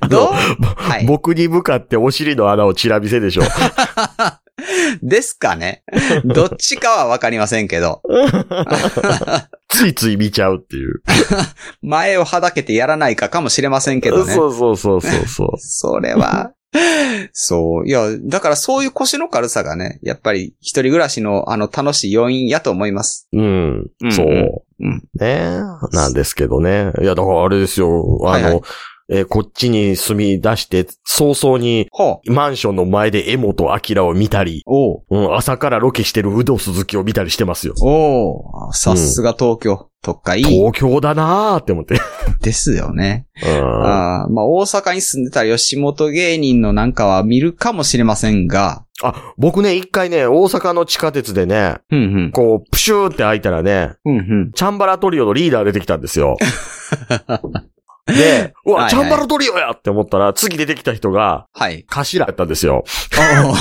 S3: どうはい。
S2: 僕に向かってお尻の穴をチラ見せ でしょ。
S3: ですか ね。どっちかはわかりませんけど、
S2: ついつい見ちゃうっていう。
S3: 前をはだけてやらないかかもしれませんけどね。
S2: そうそうそうそうそう。
S3: それは、そう。いや、だからそういう腰の軽さがね、やっぱり一人暮らしのあの楽しい要因やと思います。
S2: うん
S3: うん。
S2: そう。
S3: うん。
S2: ねなんですけどね。いや、だからあれですよ。あの、
S3: はいはい
S2: えーこっちに住み出して、早々に、
S3: ほう。
S2: マンションの前で江本明を見たり、
S3: おう。
S2: うん、朝からロケしてる有働鈴木を見たりしてますよ。
S3: おお、さすが東京。特化いい
S2: 東京だなーって思 って。
S3: ですよね。
S2: うん
S3: ああまあ、大阪に住んでたら吉本芸人のなんかは見るかもしれませんが、
S2: あ、僕ね、一回ね、大阪の地下鉄でね、
S3: うんうん。
S2: こう、プシューって開いたらね、
S3: うんうん。
S2: チャンバラトリオのリーダー出てきたんです よ。で、うわ、
S3: はいはい
S2: チャンバラトリオやって思ったら、次出てきた人が、
S3: はい。
S2: 頭やったんですよ。
S3: おー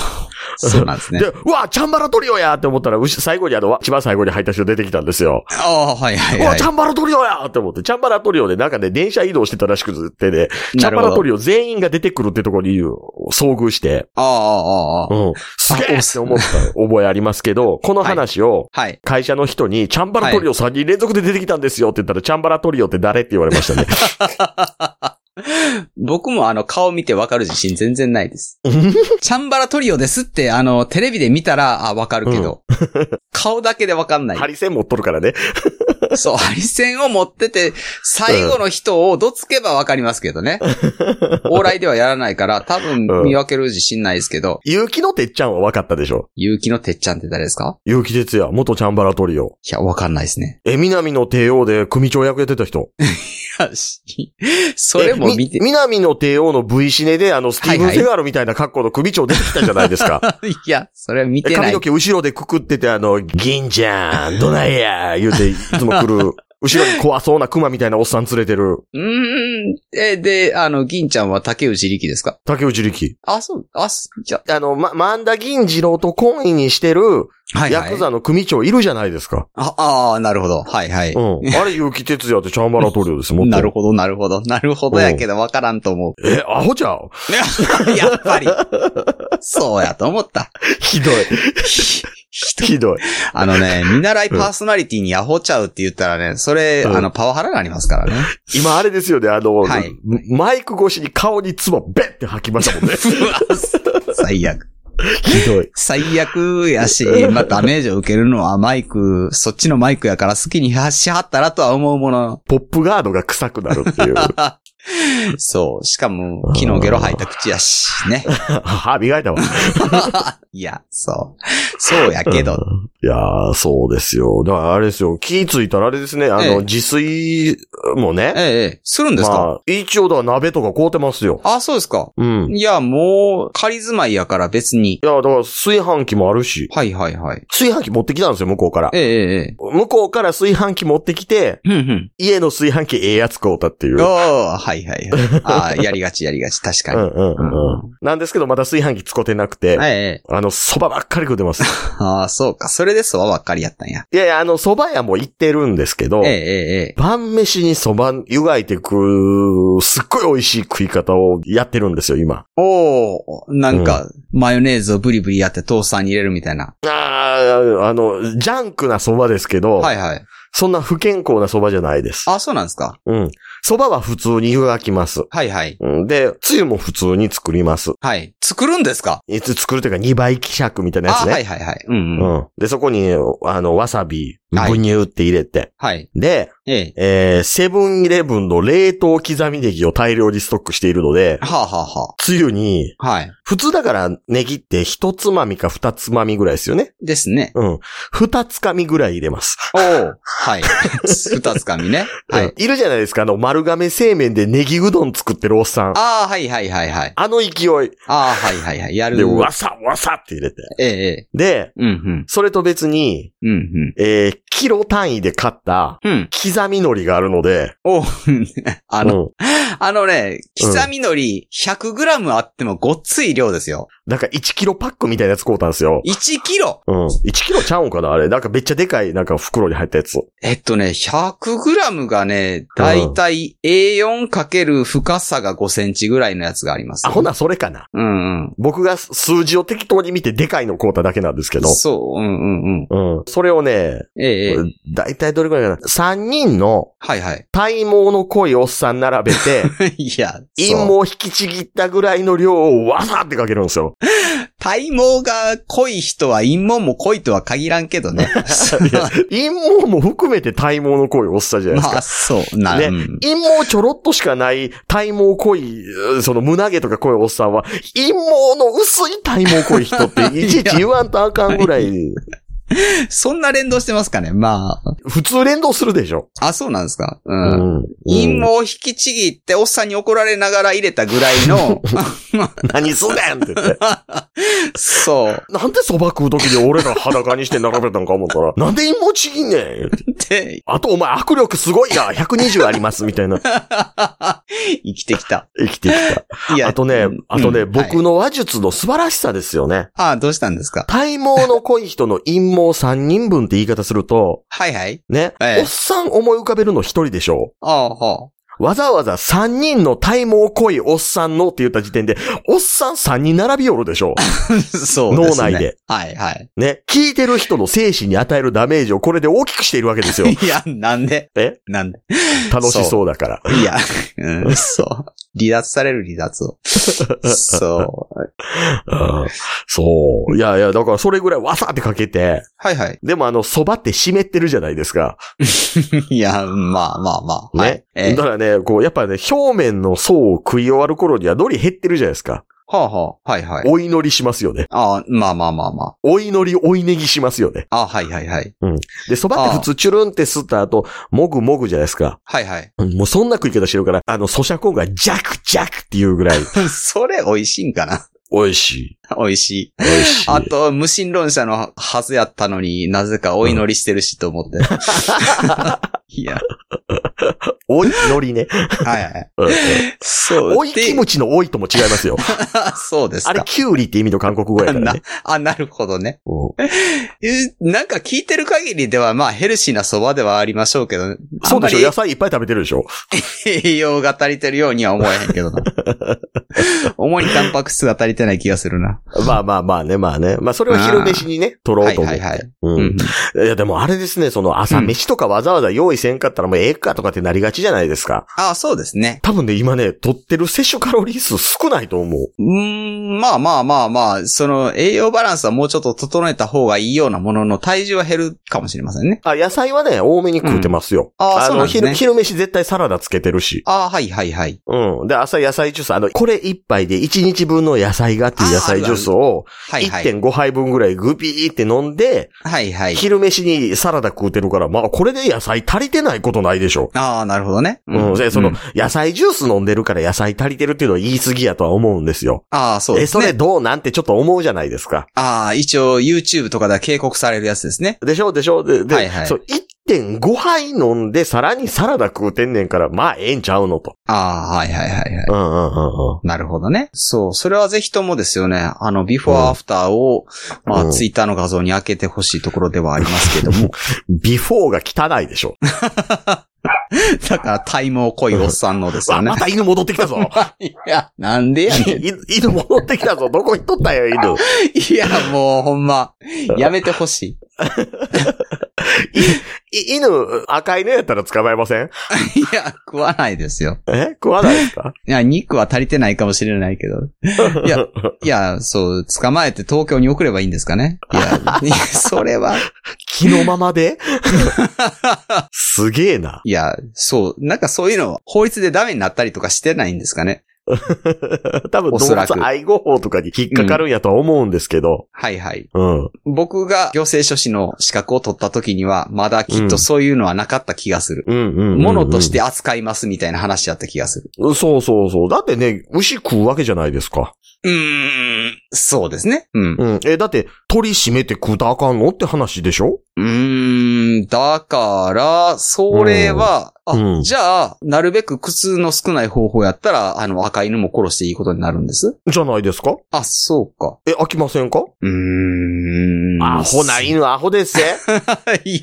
S3: そうなんです ね
S2: で、。うわ、チャンバラトリオやって思ったら、うし最後にあの、一番最後に入った人出てきたんですよ。
S3: ああ、はいはいう
S2: わ、
S3: は
S2: チャンバラトリオやって思って、チャンバラトリオでなんかね、電車移動してたらしくてね、チ
S3: い。な
S2: ャン
S3: る
S2: バ
S3: ほ
S2: ラト
S3: ど。
S2: リオ全員が出てくるってところに遭遇して、
S3: ああ、ああ、あ
S2: うん、すげえって思った覚えありますけど、この話を、
S3: あ。はい。
S2: 会社の人に、チャンバラトリオ3人連続で出てきたんですよって言ったら、チャンバラトリオって誰って言われましたね。
S3: 僕もあの、顔見てわかる自信全然ないです。チャンバラトリオですって、あの、テレビで見たら、あ、わかるけど。顔だけでわかんない。
S2: ハリセン持っとるからね。
S3: そう、ハリセンを持ってて、最後の人をどつけばわかりますけどね。往来ではやらないから、多分
S2: うん
S3: 見分ける自信ないですけど、
S2: 結城のてっちゃんは分かったでしょ
S3: 結城のてっちゃんって誰ですか
S2: 結城哲也、元チャンバラトリオ。
S3: いや、わかんないですね。
S2: え、南の帝王で組長役やってた人。
S3: いやしそれも見て
S2: え、み南の帝王の V シネで、あの、スティーブ
S3: は
S2: ン・
S3: いはい
S2: セガールみたいな格好の組長出てきたじゃないですか。
S3: いや、それは見
S2: え
S3: てな
S2: 髪
S3: い
S2: の。毛後ろでくくってて、あの、銀ちゃん、どないや、言うて、いつも来 る。後ろに怖そうな熊みたいなおっさん連れてる。
S3: うーん。え、で、あの、銀ちゃんは竹内力ですか
S2: 竹内力。
S3: あ、そう、あ、すじゃ、
S2: あの、ま、万田銀次郎と懇意にしてる、
S3: はい、
S2: ヤ
S3: はい。
S2: クザの組長いるじゃないですか。
S3: あ、あーなるほど。はい、はい。
S2: うん。あれ、結城哲也ってチャンバラトリオです、もっと。
S3: なるほど、なるほど。なるほどやけど、わからんと思う。
S2: え、アホちゃう
S3: やっぱり。そうやと思った。
S2: ひどい。
S3: ひ
S2: ひどい。
S3: あの ね、見習いパーソナリティにアホちゃうって言ったらね、それ、
S2: うん
S3: あの、パワハラがありますからね。
S2: 今あれですよね、あの、
S3: はい
S2: マイク越しに顔に唾ベッて吐きました もんね。
S3: 最悪。
S2: ひどい。
S3: 最悪 やし、まあ、ダメージを受けるのはマイク、そっちのマイクやから好きにしはったらとは思うもの。
S2: ポップガードが臭くなるって いう。
S3: そう。しかも、昨日ゲロ吐いた口やし、ね。
S2: 歯磨いたわ。
S3: いや、そう。そうやけど。
S2: いやー、そうですよ。だからあれですよ、気ついたらあれですね、あの、
S3: ええ
S2: 自炊も
S3: ええ
S2: ね。
S3: ええ、するんですか
S2: まあ、一応だから鍋とか凍ってますよ。
S3: あ、そうですか。
S2: うん。い
S3: いや、もう、仮住まいやから別に。
S2: や、だから炊飯器もあるし、
S3: はいはいはい。
S2: 炊飯器持ってきたんですよ、向こうから。
S3: ええええ。
S2: 向こうから炊飯器持ってきて、
S3: ふんふん。
S2: 家の炊飯器ええやつ買うたっていう。
S3: おー、はいはいはい。あーやりがちやりがち、確
S2: う
S3: か
S2: んうんうん
S3: う
S2: うん。なんですけど、まだ炊飯器使ってなくて、
S3: に。ええ。
S2: あの、蕎麦ばっかり食ってます。
S3: ああ、そうか。それでそばばっかりやったんや。
S2: いやいや、あの、蕎麦屋も行ってるんですけど、
S3: ええええええ。
S2: 晩飯に蕎麦湯がいてく、すっごい美味しい食い方をやってるんですよ、今。
S3: おー、なんか、マヨネーズをブリブリやってトースターに入れるみたいな。
S2: ああ、あの、ジャンクな蕎麦ですけど、
S3: はいはい。
S2: そんな不健康な蕎麦じゃないです。
S3: あ、そうなんですか。
S2: うん。蕎麦は普通に湯がきます。
S3: はいはい。
S2: うんで、つゆも普通に作ります。
S3: はい。作るんですか
S2: いつ作るというか2倍希釈みたいなやつ
S3: あー
S2: ね。
S3: はいはいはい。うんうん。
S2: うん。で、そこに、あの、わさび、
S3: はい
S2: ぶにゅーって入れて。
S3: はい。
S2: で、
S3: ええ。
S2: えー、セブンイレブンの冷凍刻みネギを大量にストックしているので、
S3: はあはあは
S2: つゆに、
S3: あ。はい。
S2: 普通だからネギって一つまみか二つまみぐらいですよね。
S3: ですね。
S2: うん。二つかみぐらい入れます。
S3: おー。 はい。二つかみね。は
S2: うん
S3: い。
S2: いるじゃないですか、あの、丸亀製麺でネギうどん作ってるおっさん。あ
S3: ああ、はいはいはいはい。
S2: の勢い。
S3: ああ、はいはいはい。やる。
S2: で、わさわさって入れて。
S3: ええ、ええ。
S2: で、
S3: うんうん。
S2: それと別に、
S3: うんうん。
S2: えー、キロ単位で買った、
S3: うん。
S2: 刻み海苔があるので、
S3: おうあの、
S2: うん
S3: あのね、刻み海苔 100g あってもごっつい量ですよ。
S2: なんか1キロパックみたいなやつ買うたんですよ。
S3: 1キロ
S2: うん。1キロちゃうんかなあれ。なんかめっちゃでかい、なんか袋に入ったやつ。
S3: えっとね、100g がね、だいたい A4 かける深さが5センチぐらいのやつがあります。
S2: あ、ほ。な、それかな。
S3: うんうん。
S2: 僕が数字を適当に見てでかいの買うただけなんですけど。
S3: そう、うんうんうん。
S2: うん。それをね、
S3: ええ、ええ。
S2: だいたいどれくらいかな。3人の
S3: はいはい。
S2: 体毛の濃いおっさん並べ て、
S3: いや、
S2: 陰毛
S3: そう
S2: 引きちぎったぐらいの量をわさってかけるんですよ。
S3: 体毛が濃い人は陰毛も濃いとは限らんけど ね。
S2: いや陰毛も含めて体毛の濃いおっさんじゃないですか。
S3: まあ、そう、な、
S2: ね
S3: うん
S2: 陰毛ちょろっとしかない体毛濃い、うその胸毛とか濃いおっさんは、陰毛の薄い体毛濃い人っていちいち言わんとあかんぐらい、
S3: そんな連動してますかねまあ。
S2: 普通連動するでしょ。
S3: あ、そうなんですかう。
S2: うんん
S3: 陰謀を引きちぎって、おっさんに怒られながら入れたぐら いの、
S2: 何すんねんって言って。
S3: そう。
S2: なんで蕎麦食う時に俺ら裸にして並べたんか思ったら、なんで陰毛ちぎんねん言うて
S3: で、
S2: あとお前握力すごいな !120 ありますみたいな。
S3: 生きてきた。
S2: 生きてき
S3: い
S2: た。あとね
S3: うん、
S2: あとね、
S3: うんはい
S2: 僕の話術の素晴らしさですよね。
S3: あ、どうしたんですか
S2: 体毛の濃い人の陰毛3人分って言い方すると、
S3: はいはい。
S2: ね、
S3: ええ
S2: おっさん思い浮かべるの一人でしょ
S3: ああ、は
S2: わざわざ3人の体毛濃いおっさんのって言った時点で、おっさん3人並びおるでしょ。
S3: そうですね。
S2: 脳内で。
S3: はいはい。
S2: ね。聞いてる人の精神に与えるダメージをこれで大きくしているわけ ですよ。
S3: いや、なんで
S2: え
S3: なんで
S2: 楽しそうだから。
S3: いや、 うん、そう。離脱される離脱 を。そう。
S2: うん そう。いやいや、だからそれぐらいわさってかけて、
S3: はいはい。
S2: でもあの、蕎麦って湿ってるじゃないですか。
S3: いや、まあまあま
S2: ね。
S3: あ。はい。ええ
S2: だからね、こう、やっぱね、表面の層を食い終わる頃には海苔減ってるじゃないですか。
S3: はあはあ。はいはい。
S2: お祈りしますよね。
S3: ああ、まあまあまあまあ。
S2: お祈り、おいねぎしますよね。
S3: ああ、はいはいはい。
S2: で、蕎麦って普通チュルンって吸った後、もぐもぐじゃないですか。
S3: はいはい。
S2: うんもうそんな食い方してるから、あの、咀嚼音がジャクジャクっていうぐらい、
S3: それ美味しいんかな
S2: 美味しい。
S3: 美味しい。
S2: 美味しい。
S3: あと、無神論者のはずやったのになぜかお祈りしてるしと思って。 いや、
S2: おい、海苔ね。
S3: はいはい。
S2: うんうん
S3: そう。
S2: おいキムチのおいとも違いますよ。
S3: そうですか。
S2: あれ、キュウリって意味の韓国語やからね。
S3: あ、なるほどね。
S2: うん
S3: えなんか聞いてる限りでは、まあ、ヘルシーな蕎麦ではありましょうけど、
S2: そうでしょ野
S3: あんま
S2: 菜いっぱい食べてるでしょ
S3: り栄養が足りてるようには思えへんけ どな。主にタンパク質が足りてない気がするな。
S2: まあまあまあね、まあね。まあそれは昼飯にね、取ろ
S3: は
S2: う
S3: い
S2: と思っ
S3: はい
S2: て。
S3: はい。う
S2: うん
S3: ん。
S2: いやでもあれですね、その朝飯とかわざわざ用意せんかったらもうええかとかってなりがちじゃないですか。
S3: あそうですね。
S2: 多分ね、今ね、取ってる摂取カロリー数少ないと思う。
S3: うーん、まあまあまあまあ、その栄養バランスはもうちょっと整えた方がいいようなものの体重は減るかもしれませんね。
S2: あ、野菜はね、多めに食うてますよ。
S3: うんあーそうなん
S2: の、
S3: ですね
S2: 昼、昼飯絶対サラダつけてるし。
S3: ああ、はいはいはい。
S2: うん。で、朝野菜ジュース、あの、これ一杯で1日分の野菜がっていう野菜ジュースを、
S3: はいはい。
S2: 1.5杯分ぐらいグビーって飲んで、
S3: はいはい。
S2: 昼飯にサラダ食うてるから、まあ、これで野菜足りてないことないでしょ。
S3: ああ、なるほどね。
S2: うん。で、その
S3: うん、
S2: 野菜ジュース飲んでるから野菜足りてるっていうのは言い過ぎやとは思うんですよ。
S3: ああ、そう
S2: え、
S3: です
S2: それ
S3: ね。
S2: どうなんてちょっと思うじゃないですか。
S3: ああ、一応 YouTube とかでは警告されるやつですね。
S2: でしょでしょで、で、
S3: はいはい
S2: そう、1.5杯飲んでさらにサラダ食うてんねんから、まあ、ええんちゃうのと。
S3: ああ、はいはいはいはい。
S2: うんうんうんうん。
S3: なるほどね。そう。それはぜひともですよね。あの、ビフォ
S2: うん
S3: ーアフターを、ま
S2: う
S3: あ、
S2: ん
S3: ツイッターの画像に開けてほしいところではあります けども。
S2: ビフォーが汚いでしょ。
S3: だから、体毛濃いおっさんのですよ
S2: あ、
S3: ね
S2: ま。た犬戻ってきたぞ。
S3: いや、なんでやねん。
S2: 犬犬戻ってきたぞ。どこ行っとったよ、犬。
S3: いや、もうほんま、やめてほし
S2: い犬、赤犬やったら捕まえません
S3: い。いや、食わないですよ。
S2: え食わないです か
S3: いや、肉は足りてないかもしれない けど。いや、いや、そう、捕まえて東京に送ればいいんですかね。いや、 いやそれは、
S2: 気のままですげえな。
S3: いや、そう、なんかそういうの、法律でダメになったりとかしてないんですかね。
S2: 多分動
S3: おそらく
S2: 物愛護法とかに引っかかるんやとは思うんですけど。
S3: はいはい。
S2: うん。
S3: 僕が行政書士の資格を取った時には、まだきっとそういうのはなかった気がする。
S2: うんうんうんうん
S3: ものとして扱いますみたいな話だった気がする。
S2: そうそうそう。だってね、牛食うわけじゃないですか。
S3: うーん、そうですね。うん。
S2: うん。え、だって、鳥締めて食うたらあかんのって話でしょ
S3: うーん、だから、それは、
S2: うん
S3: あ、じゃあ、なるべく苦痛の少ない方法やったら、あの、赤犬も殺していいことになるんです。
S2: じゃないですか
S3: あ、そうか。
S2: え、飽きませんか
S3: うーん。
S2: アホな
S3: い。
S2: 犬、アホです ぜ。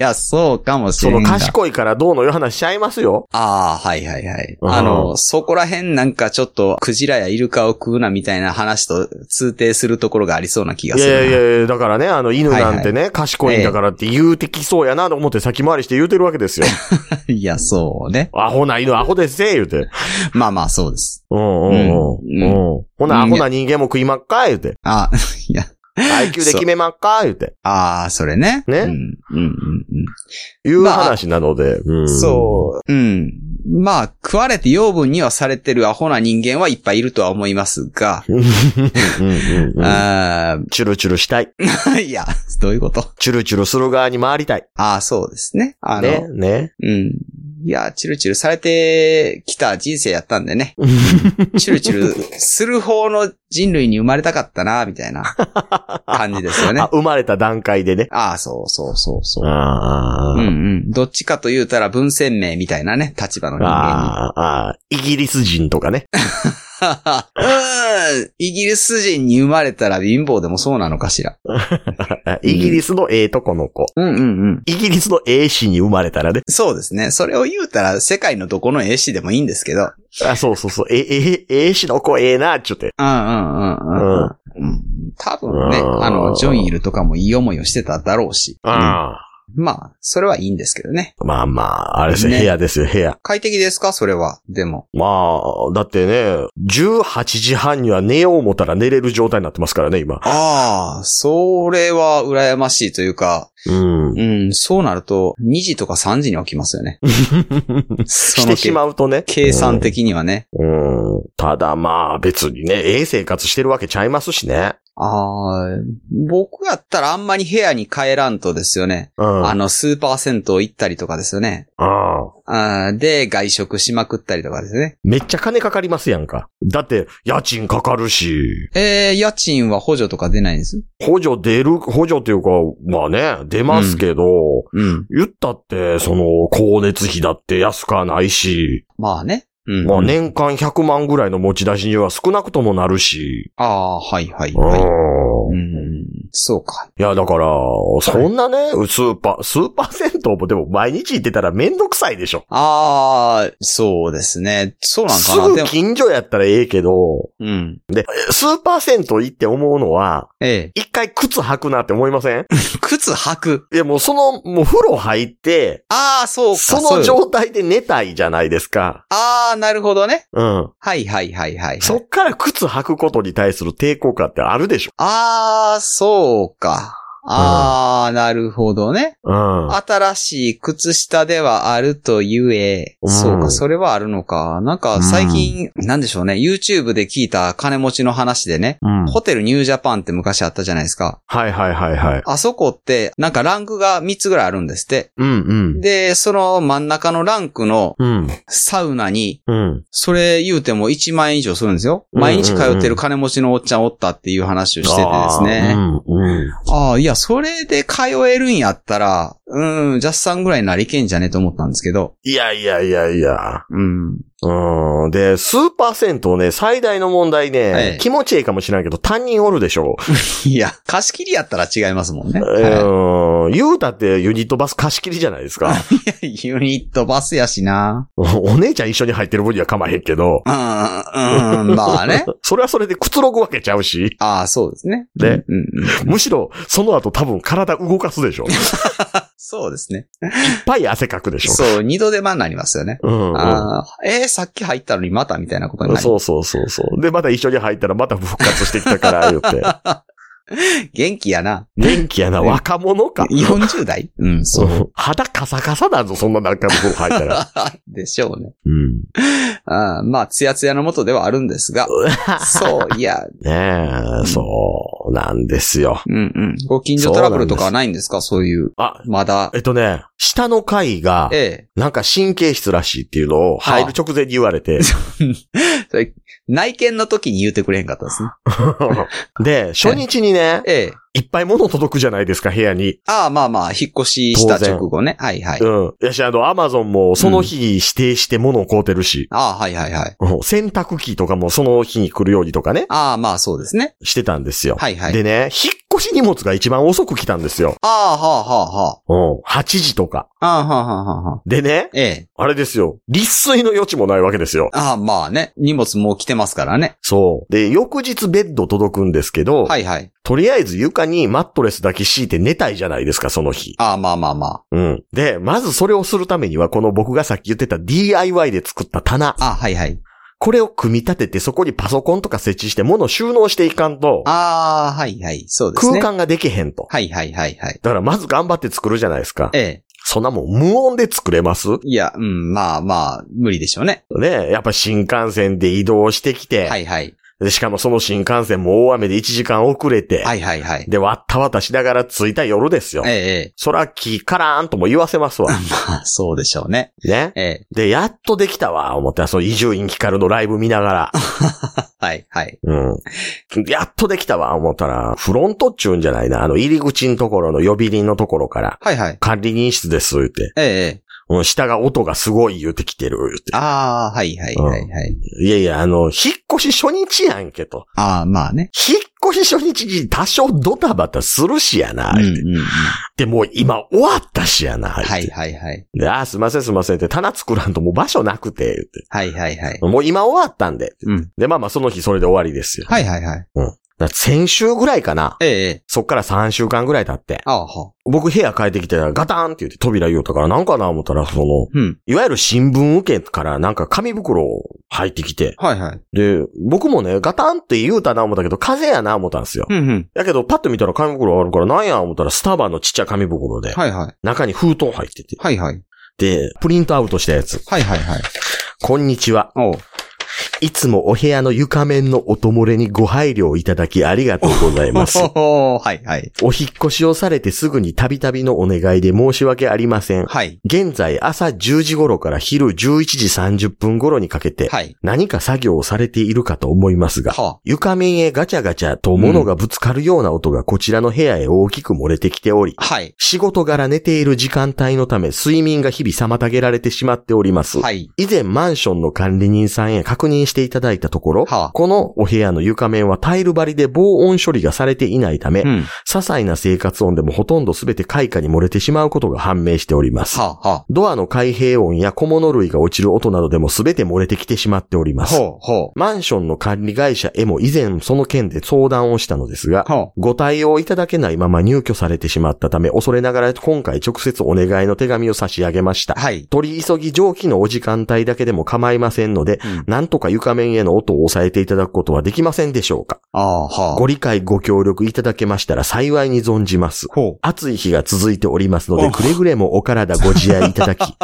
S3: や、そうかもし
S2: そ
S3: れな
S2: の
S3: い。
S2: 賢いからどうのいう話しちゃいますよ。
S3: ああ、はいはいはい。
S2: うん
S3: あの、そこら辺なんかちょっと、クジラやイルカを食うなみたいな話と通底するところがありそうな気
S2: い
S3: が
S2: やい
S3: するな。
S2: やいやいや、だからね、あの、犬なんてね、賢いんだからって言うてきそうやなと思って先回りして言うてるわけですよ。
S3: いや、そうね。
S2: アホな犬、アホですぜ、言うて。
S3: まあまあ、そうです。
S2: うんうんうん。
S3: うん
S2: うん。ほな、アホな人間も食いまっか、言うて。
S3: あ、いや、
S2: IQ で決めまっか、言うて。
S3: ああ、それね。
S2: ね
S3: うん、うん、うん、うん。
S2: いう話なので。うん
S3: う。うん。まあ、食われて養分にはされてるアホな人間はいっぱいいるとは思いますが、
S2: うんうんうん
S3: あ
S2: チュルチュルしたい。
S3: ーいや、 どういうこと
S2: チュルチュルする側に回りたい。
S3: ああ、そうですね。あの、
S2: ね、ね。
S3: うん。いや、チルチルされてきた人生やったんで ね。チルチルする方の人類に生まれたかったな、みたい な感じですよね。
S2: あ
S3: あ
S2: 生まれた段階でね。
S3: あー、そうそうそうそう。
S2: あ
S3: うんう
S2: ー
S3: ん。どっちかと言うたら文鮮明みたいなね、立場の人間に。
S2: あー、あーイギリス人とかね。
S3: うん。 イギリス人に生まれたら貧乏でもそうなのかしら。
S2: イギリスのええとこの子。
S3: うんうんうん。
S2: イギリスのええ市に生まれたらね。
S3: そうですね。それを言うたら世界のどこの絵師でもいいんですけど。
S2: あ、そうそうそう。え、え、ええ市の子ええな、ちゅって。
S3: うんうんうんうん。うん、多分ね、
S2: うん
S3: あの、ジョンイルとかもいい思いをしてただろうし。
S2: あ
S3: うんまあ、それはいいんですけどね。
S2: あ。まあまあ、あれですね、
S3: ね
S2: 部屋ですよ、部屋。
S3: 快適ですかそれは。でも。
S2: まあ、だってね、18時半には寝よう思ったら寝れる状態になってますからね、今。
S3: ああ、それは羨ましいというか、
S2: うん。
S3: うん、そうなると、2時とか3時に起きま すよね。
S2: し
S3: その
S2: てしまうとね。
S3: 計算的にはね。
S2: うん。ただまあ、別にね、ええ生活してるわけちゃいますしね。
S3: ああ、僕やったらあんまり部屋に帰らんとですよね。
S2: うん。
S3: あの、スーパー銭湯行ったりとかですよね。
S2: ああ
S3: あーで、外食しまくったりとかですね。
S2: めっちゃ金かかりますやんか。だって、家賃かかるし、
S3: えー、家賃は補助とか出ないんです
S2: 補助出る、補助っていうか、まあね、出ますけど、
S3: うん。
S2: 言ったって、その、光熱費だって安かないし、
S3: まあね。うん。
S2: まあ。年間100万ぐらいの持ち出しには少なくともなるし、
S3: ああー、はいはい
S2: うん
S3: はい。うん。そうか。
S2: いや、だから、そんなね、スーパー、スーパー銭湯もでも毎日行ってたらめんどくさいでしょ。
S3: ああ、そうですね。そうなん
S2: す
S3: かな。で
S2: ぐ
S3: も、
S2: 近所やったらええけど、
S3: うん。
S2: スーパー銭湯行って思うのは、
S3: ええ。
S2: 一回靴履くなって思いません
S3: 靴履く。
S2: いや、もうその、もう風呂入って、
S3: ああ、そうか。
S2: そうの
S3: いう
S2: 状態で寝たいじゃないですか。
S3: ああ、なるほどね。
S2: うん。
S3: はいはいはいはい、はい。
S2: そっから靴履くことに対する抵抗感ってあるでしょ。
S3: ああ、そうか。ああ、なるほどね。
S2: うん。
S3: 新しい靴下ではあるとゆえ、
S2: うん
S3: そうか、それはあるのか。なんか最近、なんでしょうね、YouTube で聞いた金持ちの話でね、
S2: うん
S3: ホテルニュージャパンって昔あったじゃないですか。
S2: はいはいはいはい。
S3: あそこって、なんかランクが3つぐらいあるんですって。
S2: うん
S3: で、その真ん中のランクの
S2: うん。うん。
S3: サウナに、
S2: うん。
S3: それ言うても1万円以上するんですよ。毎日通ってる金持ちのおっちゃんおったっていう話をしててですね。
S2: あーうんうん。
S3: ああ、いや、それで通えるんやったら、うん、ジャスさんぐらいなりけんじゃねと思ったんですけど。
S2: いやいやいやいや。
S3: うん。
S2: うん。で、スーパー銭湯ね、最大の問題ね、
S3: はい
S2: 気持ちいいかもしれないけど、担任おるでしょ。
S3: いや、貸し切りやったら違いますもんね。は
S2: うん。言うたってユニットバス貸し切りじゃないですか。
S3: いい やユニットバスやしな。
S2: お姉ちゃん一緒に入ってる分には構まへんけど、
S3: うん、うん、まあね。
S2: それはそれでくつろぐわけちゃうし、
S3: ああ、そうですね。
S2: ね
S3: うん、うんうん。
S2: むしろその後多分体動かすでし ょ。いっ
S3: そうですね。
S2: ぱい汗かくでしょ。
S3: そう、二度手間になりますよね。
S2: うん、うん。
S3: ああ、えーさっき入ったのにまたみたいなことになる。
S2: そうそうそうそう。で、また一緒に入ったらまた復活してきたから言 って。
S3: 元気やな。
S2: 元気やな、
S3: ね
S2: 若者か。
S3: 40代うん、そう。
S2: うん肌カサカサだぞ、そんな中の風呂入ったら。
S3: でし ょうね。
S2: うん。
S3: あーまあ、ツヤツヤのもとではあるんです が。そう、いや、
S2: ねえ、そうなんですよ。
S3: うんうん。ご近所トラブルとかはないんですかそういう。
S2: あ、
S3: まだ。
S2: えっとね、下の階が、
S3: え
S2: なんか神経質らしいっていうのを入る直前に言われて、
S3: え。それ、内見の時に言うてくれへんかったですね。
S2: で、初日にね、
S3: ええ。
S2: いっぱい物届くじゃないですか、部屋に。
S3: ああ、まあまあ、引っ越しした直後ね。はいはい。あ
S2: うん。やし、あの、アマゾンもその日指定して物を買うてるし、
S3: あ、はいはいはい。
S2: うん洗濯機とかもその日に来るようにとかね、
S3: ああ、まあそうですね。
S2: してたんですよ。
S3: はいはい。
S2: でね、引っ越し荷物が一番遅く来たんですよ。
S3: ああ、はあはあは
S2: うん。8時とか。
S3: あ。ああ、はあはあはあはあ。
S2: でね、
S3: ええ。
S2: あれですよ。立水の余地もないわけですよ。
S3: ああ、まあね。荷物もう来てますからね。
S2: そう。で、翌日ベッド届くんですけど、
S3: はいはい。
S2: とりあえず床にマットレスだけ敷いて寝たいじゃないですか、その日。
S3: ああ、まあまあまあ。
S2: うん。で、まずそれをするためには、この僕がさっき言ってた DIY で作った棚、
S3: ああ、はいはい。
S2: これを組み立てて、そこにパソコンとか設置して物を収納していかんと、
S3: ああ、はいはい。そうですね。
S2: 空間ができへんと。
S3: はいはいはいはい。
S2: だからまず頑張って作るじゃないですか
S3: え。え。
S2: そんなもん無音で作れます
S3: いや、うん、まあまあ、無理でしょうね。
S2: ねやっぱ新幹線で移動してきて、
S3: はいはい。
S2: でしかもその新幹線も大雨で1時間遅れて、
S3: はいはいはい。
S2: で、わったわたしながら着いた夜ですよ
S3: え。え。
S2: そら木からーんとも言わせますわ。
S3: まあ、そうでしょうね。
S2: ね。
S3: ええ。
S2: で、やっとできたわ、思って、その伊集院光のライブ見ながら。
S3: はい、はい。
S2: うん。やっとできたわ、思ったら、フロントっちゅうんじゃないな。あの、入り口のところの呼び鈴のところから、
S3: はい、はい。
S2: 管理人室です、言って。
S3: ええ。
S2: うん下が音がすごい言うてきてる、言うて。
S3: ああ、はいはいはいはい。
S2: いやいや、あの、引っ越し初日やんけと。
S3: ああ、まあね。
S2: 引っ越し初日に多少ドタバタするしやな、
S3: うんう
S2: 言うんて
S3: うん。
S2: で、もう今終わったしやな、言うて
S3: はいはいはい。
S2: で、あー、すいませんすいませんって、棚作らんともう場所なくて、言うて
S3: はいはいはい。
S2: もう今終わったんで。
S3: うん。
S2: で、まあまあその日それで終わりですよ。
S3: はいはいはい。
S2: だから先週ぐらいかな。
S3: ええええ。
S2: そっから3週間ぐらい経って。
S3: ああ、は。
S2: 僕部屋帰ってきてガタンって言って扉言うたからなんかな思ったら、その、
S3: うん。
S2: いわゆる新聞受けからなんか紙袋入ってきて。
S3: はいはい。
S2: で、僕もね、ガタンって言うたな思ったけど、風邪やな思ったんですよ。
S3: うんうん。
S2: だけど、パッと見たら紙袋あるから、なんや思ったら、スタバのちっちゃい紙袋で、
S3: はいはい。
S2: 中に封筒入ってて。
S3: はいはい。
S2: で、プリントアウトしたやつ。
S3: はいはいはい。
S2: こんにちは。
S3: おう。
S2: いつもお部屋の床面の音漏れにご配慮いただきありがとうございます。
S3: おー はいはい。
S2: お引っ越しをされてすぐにたびたびのお願いで申し訳ありません。
S3: はい。
S2: 現在朝10時頃から昼11時30分頃にかけて
S3: はい。
S2: 何か作業をされているかと思いますが、
S3: は
S2: 床面へガチャガチャと物がぶつかるような音がこちらの部屋へ大きく漏れてきており
S3: あ。、はい。
S2: 仕事柄寝ている時間帯のため睡眠が日々妨げられてしまっております。
S3: はい。
S2: 以前マンションの管理人さんへ確認していただいたところ、
S3: はあ
S2: このお部屋の床面はタイル張りで防音処理がされていないため、
S3: うん。は
S2: 些細な生活音でもほとんど全て開花に漏れてしまうことが判明しております。
S3: あ、は
S2: ドアの開閉音や小物類が落ちる音などでも全て漏れてきてしまっており
S3: あ。
S2: ます。
S3: ほうほ
S2: マンションの管理会社へも以前その件で相談をしたのですが
S3: う。、ほう。
S2: ご対応いただけないまま入居されてしまったため、恐れながら今回直接お願いの手紙を差し上げました。
S3: はい。
S2: 取り急ぎ上記のお時間帯だけでも構いませんので、
S3: うん。
S2: なんとか床面への音を抑えていただくことはできませんでしょうか。
S3: ああ、はあ。
S2: ご理解ご協力いただけましたら幸いに存じます。
S3: ほ
S2: 暑い日が続いておりますので、
S3: お
S2: くれぐれもお体ご自愛いただ き、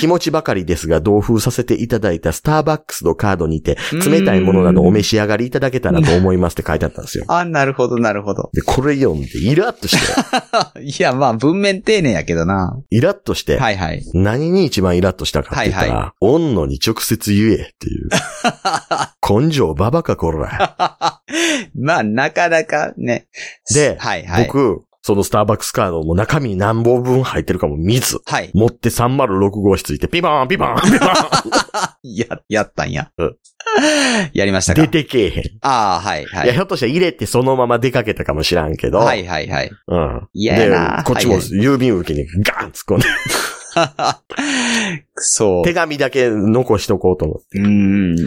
S2: 気持ちばかりですが、同封させていただいたスターバックスのカードにて、冷たいものなどお召し上がりいただけたらと思いますって書いてあったんですよ。
S3: う。あ、なるほど、なるほど。
S2: で、これ読んで、イラッと して、
S3: いや、まあ、文面丁寧やけどな。
S2: イラッとして、
S3: はいはい。
S2: 何に一番イラッとしたかって言ったら、
S3: はい
S2: おんのに直接言えってい う。根性ババかこら。
S3: まあ、なかなかね。
S2: で
S3: はいはい。。
S2: 僕、そのスターバックスカードも中身何本分入ってるかも見ず、
S3: はい。
S2: 持って306号室行ってピバーンピバ ーンピバーン
S3: や、やったんや
S2: うん。
S3: やりましたか
S2: 出。てけえへん。
S3: ああ、はいはい
S2: や、ひょっとしたら入れてそのまま出かけたかもしらんけ
S3: い。
S2: ど、
S3: はいはいはい。
S2: うん。
S3: 嫌やな
S2: で、こっちも
S3: はいは
S2: 郵便受けにガーン突っ込んで、
S3: そう。
S2: 手紙だけ残しとこうと思って、
S3: うー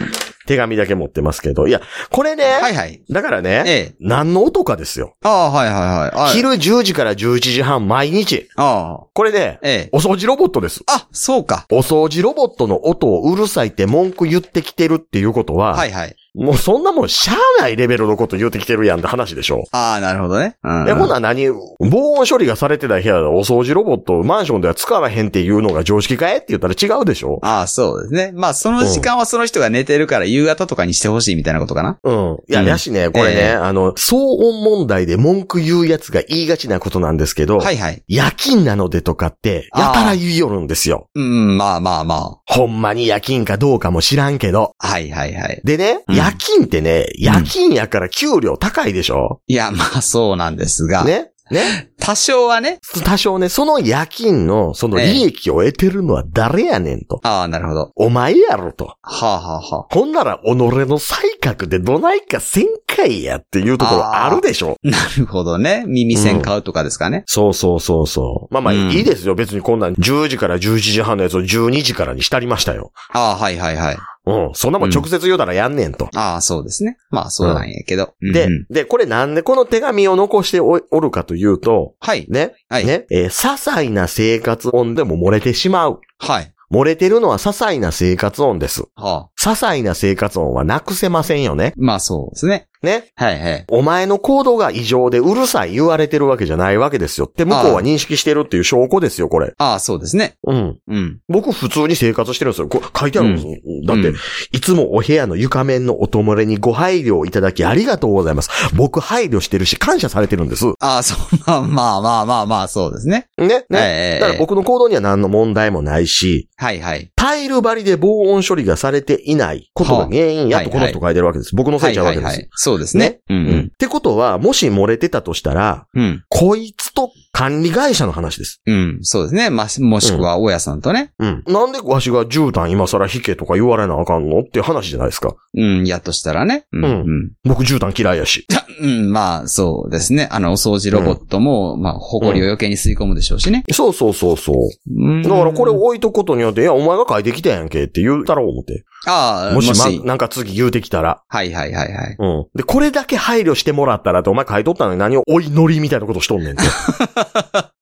S3: ん。
S2: 手紙だけ持ってますけど、いや、これね、
S3: はいはい。
S2: だから
S3: え
S2: ね、
S3: え。
S2: 何の音かですよ。
S3: ああ、はいはいはい。あ
S2: 昼10時から11時半毎日。
S3: ああ。
S2: これで、
S3: ええ。
S2: お掃除ロボットです。
S3: あ、そうか。
S2: お掃除ロボットの音をうるさいって文句言ってきてるっていうことは、
S3: はいはい。
S2: もうそんなもんしゃあないレベルのこと言ってきてるやんって話でしょ。
S3: ああ、なるほどね。うん。
S2: え、ほな何防音処理がされてない部屋でお掃除ロボットをマンションでは使わへんっていうのが常識かえって言ったら違うでしょ
S3: ああ、そうですね。まあ、その時間はその人が寝てるから、夕方とかにしてほしいみたいなことかな。
S2: うん。いや、
S3: うん
S2: やしね、これね、
S3: ええ
S2: あの、騒音問題で文句言うやつが言いがちなことなんですけど、
S3: はいはい。
S2: 夜勤なのでとかって、やたら言いよるんですよ。
S3: うん、まあまあま
S2: ほんまに夜勤かどうかも知らんけど。
S3: あ。はいはいはい。
S2: でね、
S3: うん
S2: 夜勤ってね、夜勤やから給料高いでしょ、
S3: いや、まあそうなんですが。
S2: ねね
S3: 多少はね。
S2: 多少ね、その夜勤の、その利益を得てるのは誰やねんと。
S3: ああ、なるほど。
S2: お前やろと。
S3: はあはあは
S2: ほんなら、己の才覚でどないかせんかいやっていうところあるでしょ
S3: あ。なるほどね。耳栓買うとかですかね。
S2: そうそうそうそう。まあまあ、
S3: うん
S2: いいですよ。別にこんなん10時から11時半のやつを12時からにしたりましたよ。
S3: ああ、はいはいはい。
S2: うん。そんなもん直接言うたらやんねんと。
S3: ああ、そうですね。まあそうなんやけど。うん
S2: で
S3: うん、
S2: で、これなんでこの手紙を残しておおるかというと、
S3: はい。
S2: ね、
S3: はい。
S2: ね、えー些細な生活音でも漏れてしまう。
S3: はい。
S2: 漏れてるのは些細な生活音です。
S3: はあ。
S2: 些細な生活音はなくせませんよね。
S3: まあそうですね。
S2: ね。
S3: はいはい。
S2: お前の行動が異常でうるさい言われてるわけじゃないわけですよって向こうは認識してるっていう証拠ですよ、これ。
S3: ああ、そうですね。
S2: うん。
S3: うん。
S2: 僕普通に生活してるんですよ。こう書いてあるんですよ。だって、
S3: うん
S2: いつもお部屋の床面の音漏れにご配慮いただきありがとうございます。僕配慮してるし感謝されてるんです。
S3: ああ、そう、まあまあまあまあまあ、そうですね。
S2: ね、
S3: ええ
S2: ね。
S3: ええ
S2: だから僕の行動には何の問題もないし、
S3: はいはい。
S2: タイル張りで防音処理がされていないことが原因やとこの人書いてるわけです。僕のせいちゃうわけです。
S3: そうですね。う
S2: うんっ
S3: ん
S2: てことは、もし漏れてたとしたら、
S3: うん。うん。
S2: こいつと管理会社の話です。
S3: うん、そうですね。まあ、しもしくは、大家さんとね。
S2: うん。なんでわしが絨毯今更引けとか言われなあかんのっていう話じゃないですか。
S3: うん、やっとしたらね。うん、
S2: う
S3: うんん。
S2: 僕絨毯嫌いや し。
S3: うん、まあ、そうですね。あの、お掃除ロボットも、まあ、埃を余計に吸い込むでしょうしね。
S2: そうそうそうそう。
S3: うん。
S2: だからこれ置いとくことによって、いや、お前が書いてきたやんけって言うたろう思って。
S3: ああ、
S2: も
S3: も
S2: し、
S3: し、
S2: ま、なんか次言うてきたら。
S3: はいはいはいはい。
S2: うん。で、これだけ配慮してもらったらって、お前書いとったのに何をおいのりみたいなことしとん ねんって。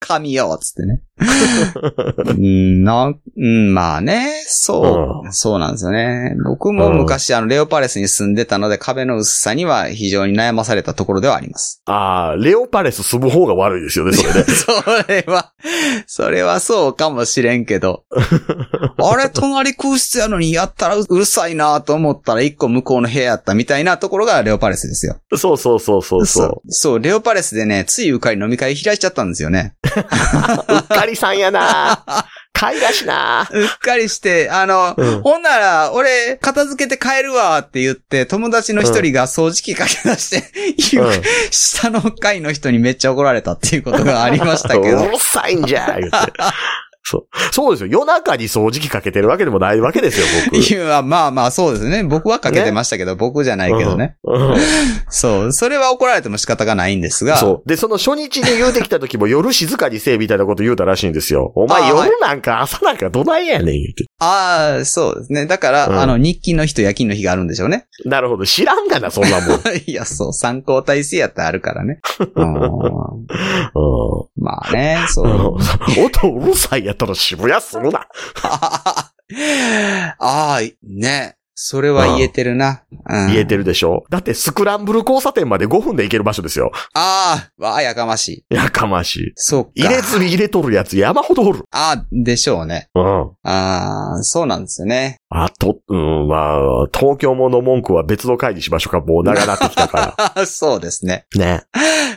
S3: 神よ、つってね。 うん、なん、うん、まあね、そう、そうなんですよね。僕も昔、あの、レオパレスに住んでたので、壁の薄さには非常に悩まされたところではあります。
S2: ああ、レオパレス住む方が悪いですよね、そ れね。
S3: それは、それはそうかもしれん けど。あれ、隣空室やのにやったらうるさいなと思ったら、一個向こうの部屋やったみたいなところがレオパレスですよ。
S2: そうそうそうそうそう。
S3: う。そう、レオパレスでね、ついうっかり飲み会開いちゃったんですよね。
S2: うっかりさんやな買い出しな
S3: うっかりして、あの、
S2: うん
S3: ほんなら、俺、片付けて帰るわって言って、友達の一人が掃除機かけ出して、
S2: うん
S3: 下の階の人にめっちゃ怒られたっていうことがありました け
S2: う
S3: ど。
S2: るさいんじゃ言って。そう。そうですよ。夜中に掃除機かけてるわけでもないわけですよ、僕。
S3: いや、まあまあそうですね。僕はかけてましたけど、僕じゃないけどね。
S2: うん。うん
S3: そう。それは怒られても仕方がないんですが。
S2: そう。で、その初日で言うてきた時も夜静かにせえみたいなこと言うたらしいんですよ。お前
S3: あーはい
S2: 夜なんか朝なんかどないやねん言うて。
S3: ああ、そうですね。だから、
S2: うん
S3: あの、日勤の日と夜勤の日があるんでしょうね。
S2: なるほど。知らんがな、そんなもん。
S3: いや、そう。参考体制やってあるからね。うん
S2: う
S3: まあね、そ
S2: ん。
S3: う。
S2: 音うるさいやったら渋谷するな。
S3: ああ、ね。それは言えてるな。うん
S2: 言えてるでしょ。だってスクランブル交差点まで5分で行ける場所ですよ。
S3: ああ、わあ、やかましい。
S2: やかましい。
S3: そうか。
S2: 入れ墨入れとるやつ山ほどおる。
S3: ああ、でしょうね。
S2: うん。
S3: ああ、そうなんですよね。
S2: あと、うん、まあ、東京もの文句は別の回にしましょうか。もう長なってきたか
S3: ああそうですね。
S2: ら。 ね。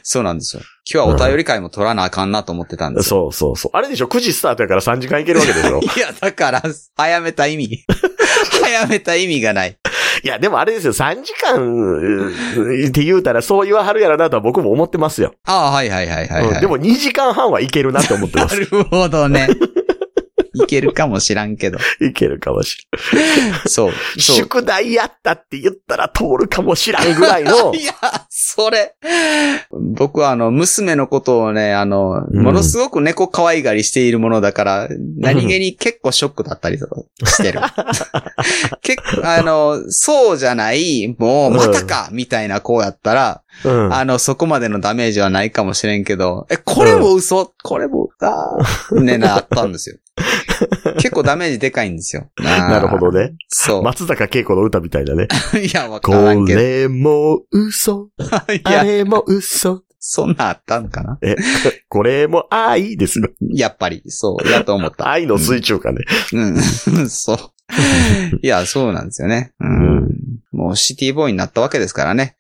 S3: そうなんですよ。今日はお便り会も取らなあかんなと思ってたんですよ。
S2: そうそうそう。あれでしょ ?9 時スタートやから3時間いけるわけでしょ
S3: いや、だから、早めた意味。 早めた意味がない。
S2: いや、でもあれですよ。3時間うんって言うたらそう言わはるやろなとは僕も思ってますよ。
S3: ああ、はいはいはいはい、はい
S2: うんでも2時間半はいけるなって思ってま
S3: な
S2: す。
S3: るほどね。 いけるかもしらんけど。
S2: いけるかもしれ
S3: そう。
S2: ん。
S3: そう。。
S2: 宿題やったって言ったら通るかもしらんぐらい の
S3: いや、それ。僕はあの、娘のことをね、あの、
S2: うん
S3: ものすごく猫可愛がりしているものだから、何気に結構ショックだったりとか してる。結構、あの、そうじゃない、もう、またか、みたいな子やったら、
S2: うん。
S3: あの、そこまでのダメージはないかもしれんけど、え、これも嘘、これも、あーね、なったんで すよ。結構ダメージでかいんですよ。
S2: な
S3: な
S2: るほど。ね。
S3: そ
S2: 松坂慶子の歌みたい だね。
S3: う。いや、わか
S2: こ
S3: らんけど。い
S2: れも嘘。あ
S3: や、
S2: れも嘘。
S3: そんなんあったんかな
S2: え、 これも愛ですよ。
S3: やっぱり、そう、やと思った。
S2: 愛の水中かね。
S3: うん、 そう。いや、そうなんですよね。うん。もうシティボーイになったわけですから ね。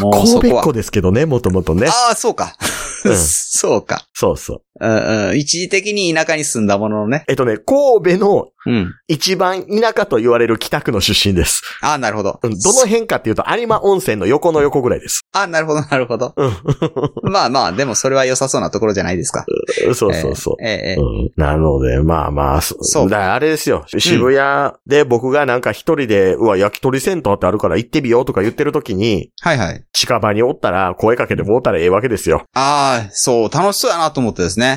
S3: もうそ
S2: 神
S3: こ
S2: 戸っ
S3: は
S2: 子。ですけどね、もともとね。
S3: ああ、そうか。
S2: うん
S3: そうか、
S2: そうそう。
S3: うんうん。一時的に田舎に住んだもののね。
S2: えっとね、神戸の
S3: うん。
S2: 一番田舎と言われる北区の出身です。
S3: ああ、なるほど。
S2: うんどの辺かっていうと、有馬温泉の横の横ぐらいです。
S3: ああ、なるほど、なるほど。
S2: うん
S3: まあまあ、でもそれは良さそうなところじゃないですか。
S2: そうそうそう。
S3: ええええ
S2: うんなので、まあまあ、そ
S3: そう
S2: だからあれですよ。渋谷で僕がなんか一人で、うわ、焼き鳥センターってあるから行ってみようとか言ってる時に、
S3: はいはい。
S2: 近場におったら声かけてもうたらええわけですよ。
S3: ああ、そう、楽しそうやなと思ってですね。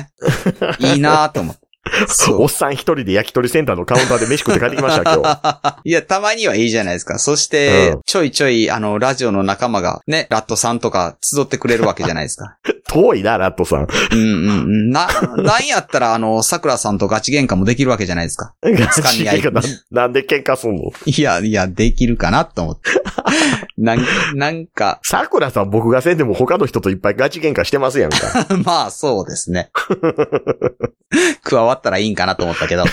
S3: いいな と思って。そう
S2: おっさん一人で焼き鳥センターのカウンターで飯食って帰ってきま した、今日。
S3: いや、たまにはいいじゃないですか。そして、
S2: うん
S3: ちょいちょい、あの、ラジオの仲間が、ね、ラットさんとか集ってくれるわけじゃないです か。
S2: 遠いな、ラットさん。
S3: うんうんうん。な、なんやったら、あの、桜さんとガチ喧嘩もできるわけじゃないですか。
S2: ガ
S3: 掴
S2: チ
S3: み合い
S2: 喧嘩な なんで喧嘩すんの
S3: いや、いや、できるかなと 思って。なん、なんか、
S2: 桜さん僕がせんでも他の人といっぱいガチ喧嘩してますやんか。
S3: まあ、そうですね。 加わったらいいんかなと思ったけど。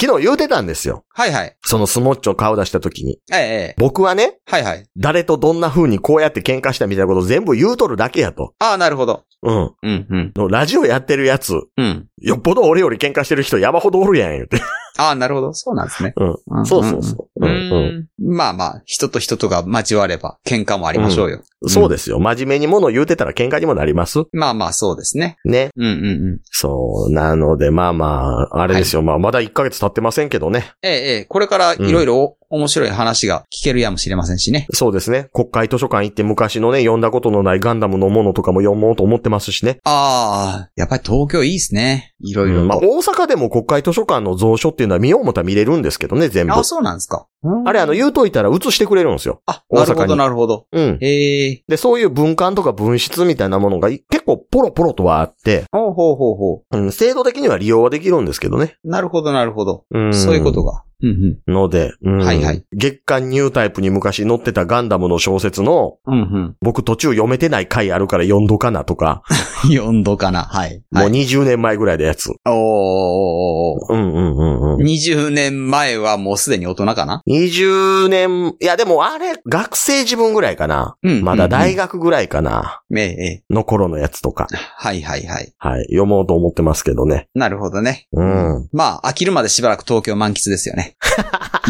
S2: 昨日言うてたんですよ。
S3: はいはい。
S2: そのスモッチョ顔出した時に。
S3: ええ、ええ。
S2: 僕はね、
S3: はいはい。
S2: 誰とどんな風にこうやって喧嘩したみたいなこと全部言うとるだけやと。
S3: ああ、なるほど。
S2: うん。
S3: うん、うん、
S2: の、ラジオやってるやつ、
S3: うん。
S2: よっぽど俺より喧嘩してる人山ほどおるやん、言うて。
S3: ああ、なるほど。そうなんですね。
S2: うん
S3: ん
S2: そうそうそう。う
S3: う
S2: ん
S3: ん
S2: う
S3: うんまあまあ、人と人とが交われば、喧嘩もありましょうよ。
S2: んそうですよ。真面目に物言うてたら喧嘩にもなります
S3: まあまあ、そうですね。
S2: ね。
S3: うんうんうん。
S2: そう。なので、まあまあ、あれですよ。まあ、まだ1ヶ月経ってませんけどね。
S3: ええ、ええ、これからいろいろ面白い話が聞けるやもしれませんしね。
S2: そうですね。国会図書館行って昔のね、読んだことのないガンダムのものとかも読もうと思ってますしね。
S3: ああ、やっぱり東京いいですね。いろいろ
S2: うんまあ、
S3: と。
S2: 大阪でも国会図書館の蔵書っていうのは見よう思ったら見れるんですけどね、全部。
S3: あ、そうなんですか。うん
S2: あれ、あの、、言うといたら映してくれるんですよ。
S3: あ、
S2: 大阪に
S3: なるほど、なるほど。
S2: うん。
S3: ええ
S2: で、そういう文館とか文室みたいなものがい結構ポロポロとはあって、
S3: ほうほうほうほ
S2: うん、制度的には利用はできるんですけどね。
S3: う。なるほど、なるほど。
S2: うん。
S3: そういうことが。うん
S2: ので、うん
S3: はいはい。
S2: 月刊ニュータイプに昔載ってたガンダムの小説の、
S3: うん。うん
S2: 僕途中読めてない回あるから読んどかなとか、
S3: うん。4度かな。はい。
S2: もう
S3: はい
S2: 20年前ぐらいのやつ。
S3: おーおーおーおー
S2: うんうんうんうん。
S3: 20年前はもうすでに大人かな
S2: 20年、いやでもあれ、学生自分ぐらいかな。
S3: うん
S2: まだ大
S3: 学。
S2: 学ぐらいかな。
S3: ええ、え
S2: の頃のやつとか。
S3: え。はいはいはい。
S2: はい。読もうと思ってますけどね。
S3: なるほどね。
S2: うん。
S3: まあ、飽きるまでしばらく東京満喫ですよ ね。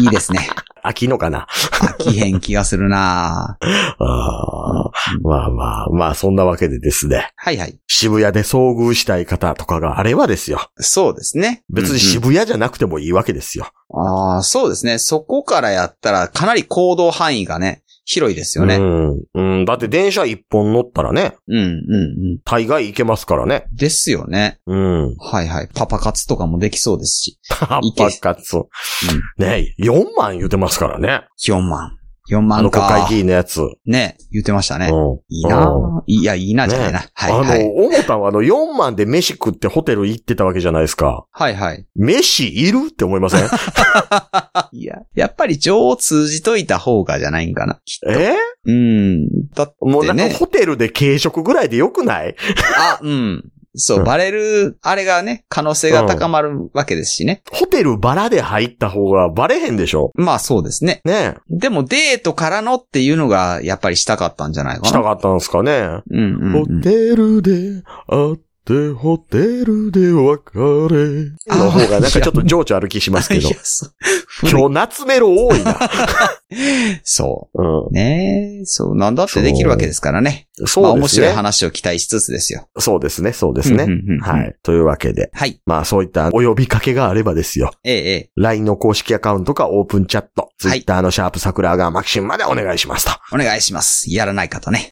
S3: いいですね。
S2: 飽きのかな。
S3: 飽きへん気がするなぁ
S2: あーまあまあ、まあそんなわけでですね。
S3: はいはい。
S2: 渋谷で遭遇したい方とかがあればですよ。
S3: そうですね。
S2: 別に
S3: うん
S2: 渋谷じゃなくてもいいわけですよ。
S3: うんああ、そうですね。そこからやったらかなり行動範囲がね、広いですよね。うん、
S2: うん。うん。だって電車一本乗ったらね、
S3: うん、うん。
S2: 大概行けますからね。
S3: ですよね。
S2: うん。
S3: はいはい。パパ活とかもできそうですし。
S2: パ
S3: いけ
S2: パ活。ね4万言うてますからね。
S3: 4万。4
S2: あ
S3: 万
S2: の国
S3: か
S2: 会。議員のやつ。うん。
S3: ね、言ってましたね。いい
S2: うん
S3: なぁいや、いいなじゃないな。はいは
S2: あの、
S3: い。
S2: おもたんはあの、4万で飯食ってホテル行ってたわけじゃないですか。
S3: はいはい。
S2: 飯いるって思いま せん
S3: いや、やっぱり情を通じといた方がじゃないんかな。
S2: え
S3: うん。だって
S2: もうなんか
S3: ね。
S2: ホテルで軽食ぐらいでよくない
S3: あ、うん。そうう、
S2: ん
S3: バレる、あれがね、可能性が高まるわけですしね。
S2: ホテルバラで入った方がバレへんでしょ
S3: まあそうですね。
S2: ね
S3: でもデートからのっていうのが、やっぱりしたかったんじゃないかな。
S2: したかったんですかね。
S3: うんうん、う
S2: ホ
S3: ん。
S2: テルで会って、ホテルで別れ。の方がなんかちょっと情緒ある気しますけ
S3: い
S2: ど
S3: や。そう
S2: 今日夏メロ多いな。
S3: そ
S2: うん
S3: う。ねえ、そう。なんだってできるわけですからね。まあ
S2: そうで
S3: 面
S2: す
S3: 白い
S2: ね。
S3: 話を期待しつつですよ。
S2: そうですね、そうですね。
S3: うんうんうん
S2: はい。というわけで。
S3: はい。
S2: まあそういったお呼びかけがあればですよ。
S3: ええ、ええ。
S2: LINE の公式アカウントかオープンチャット、Twitter のシャープ桜川マキシムまでお願いしますと。
S3: お願いします。やらない方ね。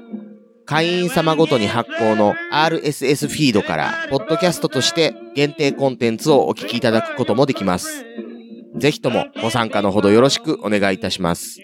S1: 会員様ごとに発行の RSS フィードから、ポッドキャストとして限定コンテンツをお聞きいただくこともできます。ぜひともご参加のほどよろしくお願いいたします。